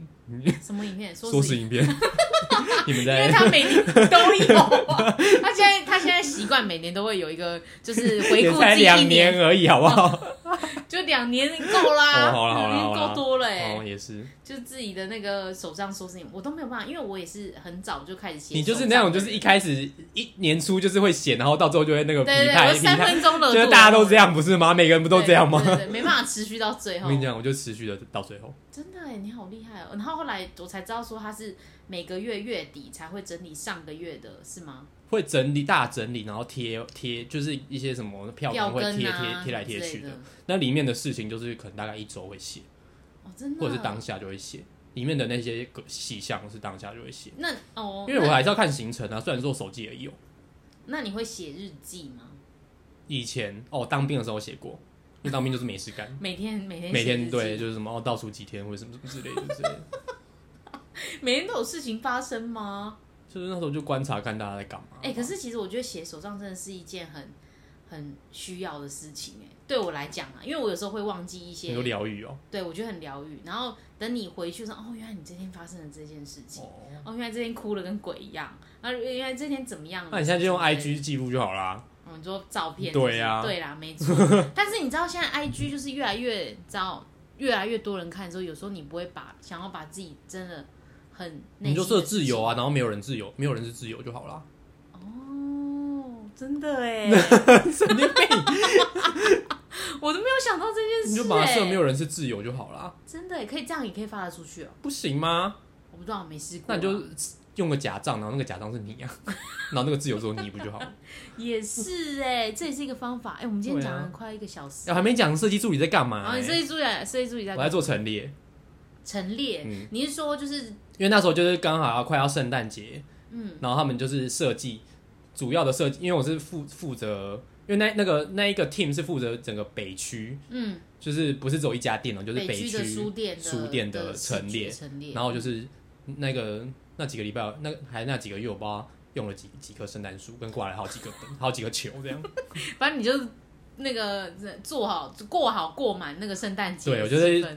Speaker 2: 什么影片？说
Speaker 3: 缩时影片， 你们
Speaker 2: 因为
Speaker 3: 在
Speaker 2: 他每年都有啊。他现在他现在习惯每年都会有一个，就是回
Speaker 3: 也
Speaker 2: 顾
Speaker 3: 才
Speaker 2: 自己一
Speaker 3: 两年，而已，好不好？
Speaker 2: 就两年够啦，
Speaker 3: 哦好啦好啦
Speaker 2: 两
Speaker 3: 好
Speaker 2: 年
Speaker 3: 啦
Speaker 2: 够多了哎、
Speaker 3: 哦，也是。
Speaker 2: 就自己的那个手账说事情，我都没有办法，因为我也是很早就开始写手账的人。
Speaker 3: 你就是那种，就是一开始一年初就是会写，然后到最后就会那个疲
Speaker 2: 对对对，
Speaker 3: 态，
Speaker 2: 我
Speaker 3: 疲
Speaker 2: 三
Speaker 3: 态，
Speaker 2: 分钟热
Speaker 3: 就
Speaker 2: 度，
Speaker 3: 是大家都这样，不是吗？每个人不
Speaker 2: 对，
Speaker 3: 都这样吗？
Speaker 2: 对哦对对，没办法持续到最
Speaker 3: 我
Speaker 2: 后
Speaker 3: 跟。你讲，我就持续的到最后。
Speaker 2: 真的哎，你好厉害哦！然后后来我才知道说他是每个月月底才会整理上个月的，是吗？
Speaker 3: 会整理大整理，然后贴贴，就是一些什么票
Speaker 2: 票
Speaker 3: 根会
Speaker 2: 根
Speaker 3: 贴贴
Speaker 2: 啊
Speaker 3: 贴来贴
Speaker 2: 之类
Speaker 3: 去
Speaker 2: 的
Speaker 3: 的。那里面的事情就是可能大概一周会写，
Speaker 2: 哦，真的。
Speaker 3: 或者是当下就会写。里面的那些个细项是当下就会写，
Speaker 2: 那哦，
Speaker 3: 因为我还是要看行程啊。虽然说我手机也有，
Speaker 2: 那那你会写日记吗？，
Speaker 3: 以前哦当兵的时候写过，因为当兵就是没事干
Speaker 2: 每天每天
Speaker 3: 每
Speaker 2: 写日
Speaker 3: 天
Speaker 2: 记
Speaker 3: 对，就是什么哦倒数几天或者什么什么之类的之类的。
Speaker 2: 每天都有事情发生吗？
Speaker 3: 就是那时候就观察看大家在干嘛。
Speaker 2: 哎、可是其实我觉得写手账真的是一件很很需要的事情哎、对我来讲啊，因为我有时候会忘记一些
Speaker 3: 很，有疗愈哦。
Speaker 2: 对我觉得很疗愈。然后等你回去说，哦，原来你这天发生了这件事情，
Speaker 3: 哦，
Speaker 2: 哦，原来这天哭了跟鬼一样，啊，原来这天怎么样？
Speaker 3: 那你现在就用 IG 记录就好啦。
Speaker 2: 我们哦说照片，
Speaker 3: 对啊
Speaker 2: 对啦，没 错。但是你知道现在 IG 就是越来越你知道，越来越多人看的时候，有时候你不会把想要把自己真的很内
Speaker 3: 你
Speaker 2: 心
Speaker 3: 就
Speaker 2: 的
Speaker 3: 设自由
Speaker 2: 事
Speaker 3: 啊，然后没有人自由，没有人是自由就好啦。
Speaker 2: 情哦，真的哎，
Speaker 3: 神经病！
Speaker 2: 我都没有想到这件事、欸，
Speaker 3: 你就把它设没有人是自由就好啦，
Speaker 2: 真的耶可以这样，也可以发得出去哦。
Speaker 3: 不行吗？
Speaker 2: 我不知道，没试过啊。
Speaker 3: 那你就用个假账，然后那个假账是你啊， 然后那个自由只有你不就好了？
Speaker 2: 也是哎、这也是一个方法哎、我们今天
Speaker 3: 对啊
Speaker 2: 讲了快一个小时，
Speaker 3: 我还没讲设计助理在干嘛、
Speaker 2: 然后哦你设
Speaker 3: 欸，
Speaker 2: 计助理，设计助理在
Speaker 3: 我在做陈列，
Speaker 2: 啊陈列，
Speaker 3: 嗯
Speaker 2: 你是说就是
Speaker 3: 因为那时候就是刚好要啊快要圣诞节，
Speaker 2: 嗯，
Speaker 3: 然后他们就是设计主要的设计，因为我是负负责，因为那那个那一个 team 是负责整个北区，
Speaker 2: 嗯，
Speaker 3: 就是不是走一家店哦，就是
Speaker 2: 北
Speaker 3: 区
Speaker 2: 的书店的
Speaker 3: 书店的
Speaker 2: 视觉
Speaker 3: 陈列，
Speaker 2: 陈列，
Speaker 3: 然后就是那个那几个礼拜，那还那几个月，我不知道用了几几棵圣诞树，跟挂了好几个 灯，好几个球这样。
Speaker 2: 反正你就是那个做好过好过满那个圣诞节的
Speaker 3: 对
Speaker 2: 气氛，
Speaker 3: 我觉得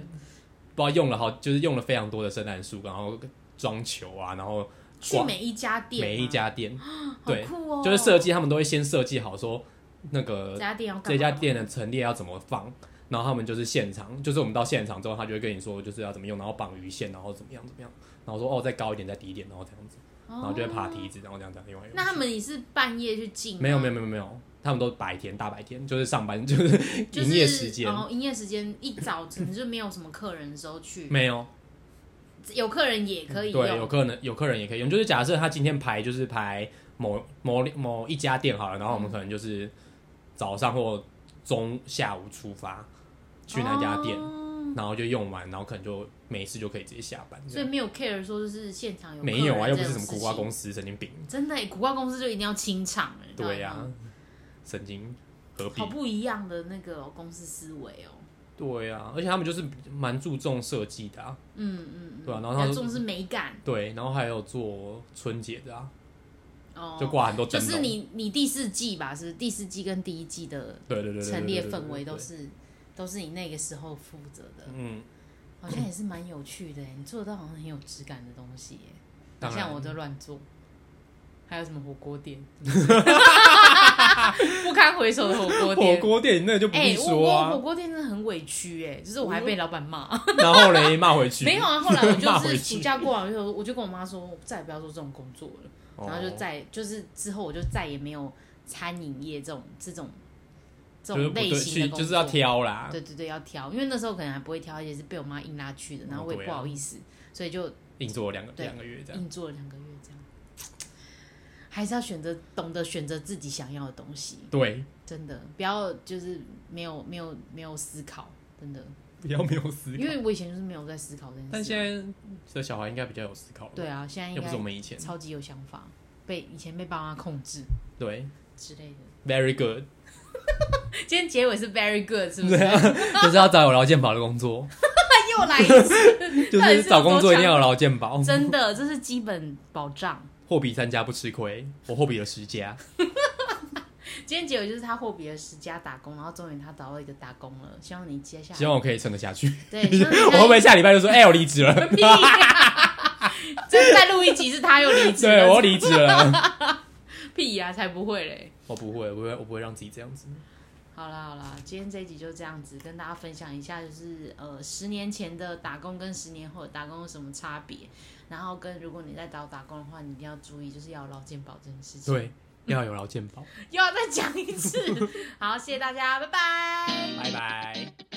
Speaker 3: 不知道用了好，就是用了非常多的圣诞树，然后装球啊，然后
Speaker 2: 去
Speaker 3: 挂
Speaker 2: 每一家店吗，
Speaker 3: 每一家店，对
Speaker 2: 好酷哦，
Speaker 3: 就是设计，他们都会先设计好说那个
Speaker 2: 这家店要干嘛
Speaker 3: 这家店的陈列要怎么放，然后他们就是现场，就是我们到现场之后，他就会跟你说就是要怎么用，然后绑鱼线，然后怎么样怎么样，然后说哦再高一点，再低一点，然后这样子，然后就会爬
Speaker 2: 哦
Speaker 3: 梯子，然后这样这样用来用去。
Speaker 2: 那他们也是半夜去进吗？啊
Speaker 3: 没有没有没有没有，他们都白天大白天就是上班就是
Speaker 2: 就是哦
Speaker 3: 营业时间、
Speaker 2: 然后营业时间一早晨就没有什么客人的时候去，
Speaker 3: 没有，
Speaker 2: 有客人也可以用。
Speaker 3: 对，有客人有客人也可以用。就是假设他今天排就是排某某某一家店好了，然后我们可能就是早上或中下午出发去那家店，
Speaker 2: 哦
Speaker 3: 然后就用完，然后可能就没事就可以直接下班。这
Speaker 2: 所以
Speaker 3: 样
Speaker 2: 没有 care 说就是现场有
Speaker 3: 没有啊，又不是什么
Speaker 2: 苦
Speaker 3: 苦瓜公司，神经病。
Speaker 2: 真的耶苦瓜公司就一定要清场哎，
Speaker 3: 对呀、
Speaker 2: 呀、
Speaker 3: 神经何必
Speaker 2: 好？不一样的那个哦、公司思维哦，
Speaker 3: 对呀、而且他们就是蛮注重设计的啊，
Speaker 2: 嗯嗯嗯，
Speaker 3: 对啊然后他
Speaker 2: 比较
Speaker 3: 说
Speaker 2: 重视美感
Speaker 3: 对，然后还有做春节的啊，
Speaker 2: 哦，
Speaker 3: 就挂很多灯
Speaker 2: 就
Speaker 3: 笼。
Speaker 2: 是你你第四季吧，是不是第四季跟第一季的
Speaker 3: 对对对对对
Speaker 2: 陈列
Speaker 3: 对对
Speaker 2: 氛围
Speaker 3: 对
Speaker 2: 都是都是你那个时候负责的，
Speaker 3: 嗯，
Speaker 2: 好像也是蛮有趣的耶，欸你做到好像很有质感的东西耶，不
Speaker 3: 当然
Speaker 2: 像我都乱做。还有什么火锅店？ 不堪回首的火锅
Speaker 3: 火
Speaker 2: 店。
Speaker 3: 锅店那就不
Speaker 2: 哎、
Speaker 3: 必
Speaker 2: 我
Speaker 3: 说
Speaker 2: 我火
Speaker 3: 啊，
Speaker 2: 锅店真的很委屈哎、就是我还被老板骂。
Speaker 3: 然后嘞骂回 去，
Speaker 2: 没有啊，后来我
Speaker 3: 骂
Speaker 2: 就
Speaker 3: 回
Speaker 2: 是
Speaker 3: 去
Speaker 2: 暑假过完以后，我就跟我妈说，我再也不要做这种工作 了。
Speaker 3: 哦
Speaker 2: 然后就再就是之后我就再也没有餐饮业这种这种这
Speaker 3: 就是
Speaker 2: 种
Speaker 3: 不对
Speaker 2: 类型
Speaker 3: 去
Speaker 2: 的工作，
Speaker 3: 就是要挑啦，
Speaker 2: 对对对，要挑，因为那时候可能还不会挑，而且是被我妈硬拉去的，然后我
Speaker 3: 哦
Speaker 2: 也
Speaker 3: 对啊
Speaker 2: 不好意思，所以就
Speaker 3: 硬做两个
Speaker 2: 对
Speaker 3: 两个月这样，
Speaker 2: 硬做了两个月这样。还是要选择懂得选择自己想要的东西，
Speaker 3: 对，
Speaker 2: 真的不要就是没有没有没有思考，真的，
Speaker 3: 比较没有思考
Speaker 2: 因，为我以前就是没有在思考这件事啊。
Speaker 3: 但现在的小孩应该比较有思考了，
Speaker 2: 对，啊，现在
Speaker 3: 又
Speaker 2: 应
Speaker 3: 不是我
Speaker 2: 该
Speaker 3: 们以前，
Speaker 2: 超级有想法，被以前被爸妈控制
Speaker 3: 对
Speaker 2: 之 类的。
Speaker 3: ，very good，
Speaker 2: 今天结尾是 very good，是不
Speaker 3: 啊
Speaker 2: 是？
Speaker 3: 就是要找有劳健保的 工作，
Speaker 2: 又来一次，
Speaker 3: 就
Speaker 2: 到底
Speaker 3: 是
Speaker 2: 是
Speaker 3: 找工作一
Speaker 2: 有多强
Speaker 3: 定要有劳健保，
Speaker 2: 真的，这是基本保障。
Speaker 3: 货比三家不吃亏，我货比了 十家，
Speaker 2: 今天结尾就是他货比了十家打工，然后终于他找到一个打工了。希望你接下来
Speaker 3: 希望我可以撑得下去，
Speaker 2: 对，希望你
Speaker 3: 我会不会下礼拜就说，哎，我离 职了，
Speaker 2: 屁呀这再录一集是他又离职了，
Speaker 3: 对我离职了，
Speaker 2: 屁呀、才不会嘞。
Speaker 3: 我不会，我不会，我不会让自己这样子，
Speaker 2: 好啦好啦，今天这一集就这样子，跟大家分享一下，就是呃十年前的打工跟十年后的打工有什么差别，然后跟如果你在找打工的话，你一定要注意，就是要有劳健保这件事情。，
Speaker 3: 对，要有劳健保，
Speaker 2: 又要再讲一次。好，谢谢大家，拜拜。
Speaker 3: 拜拜。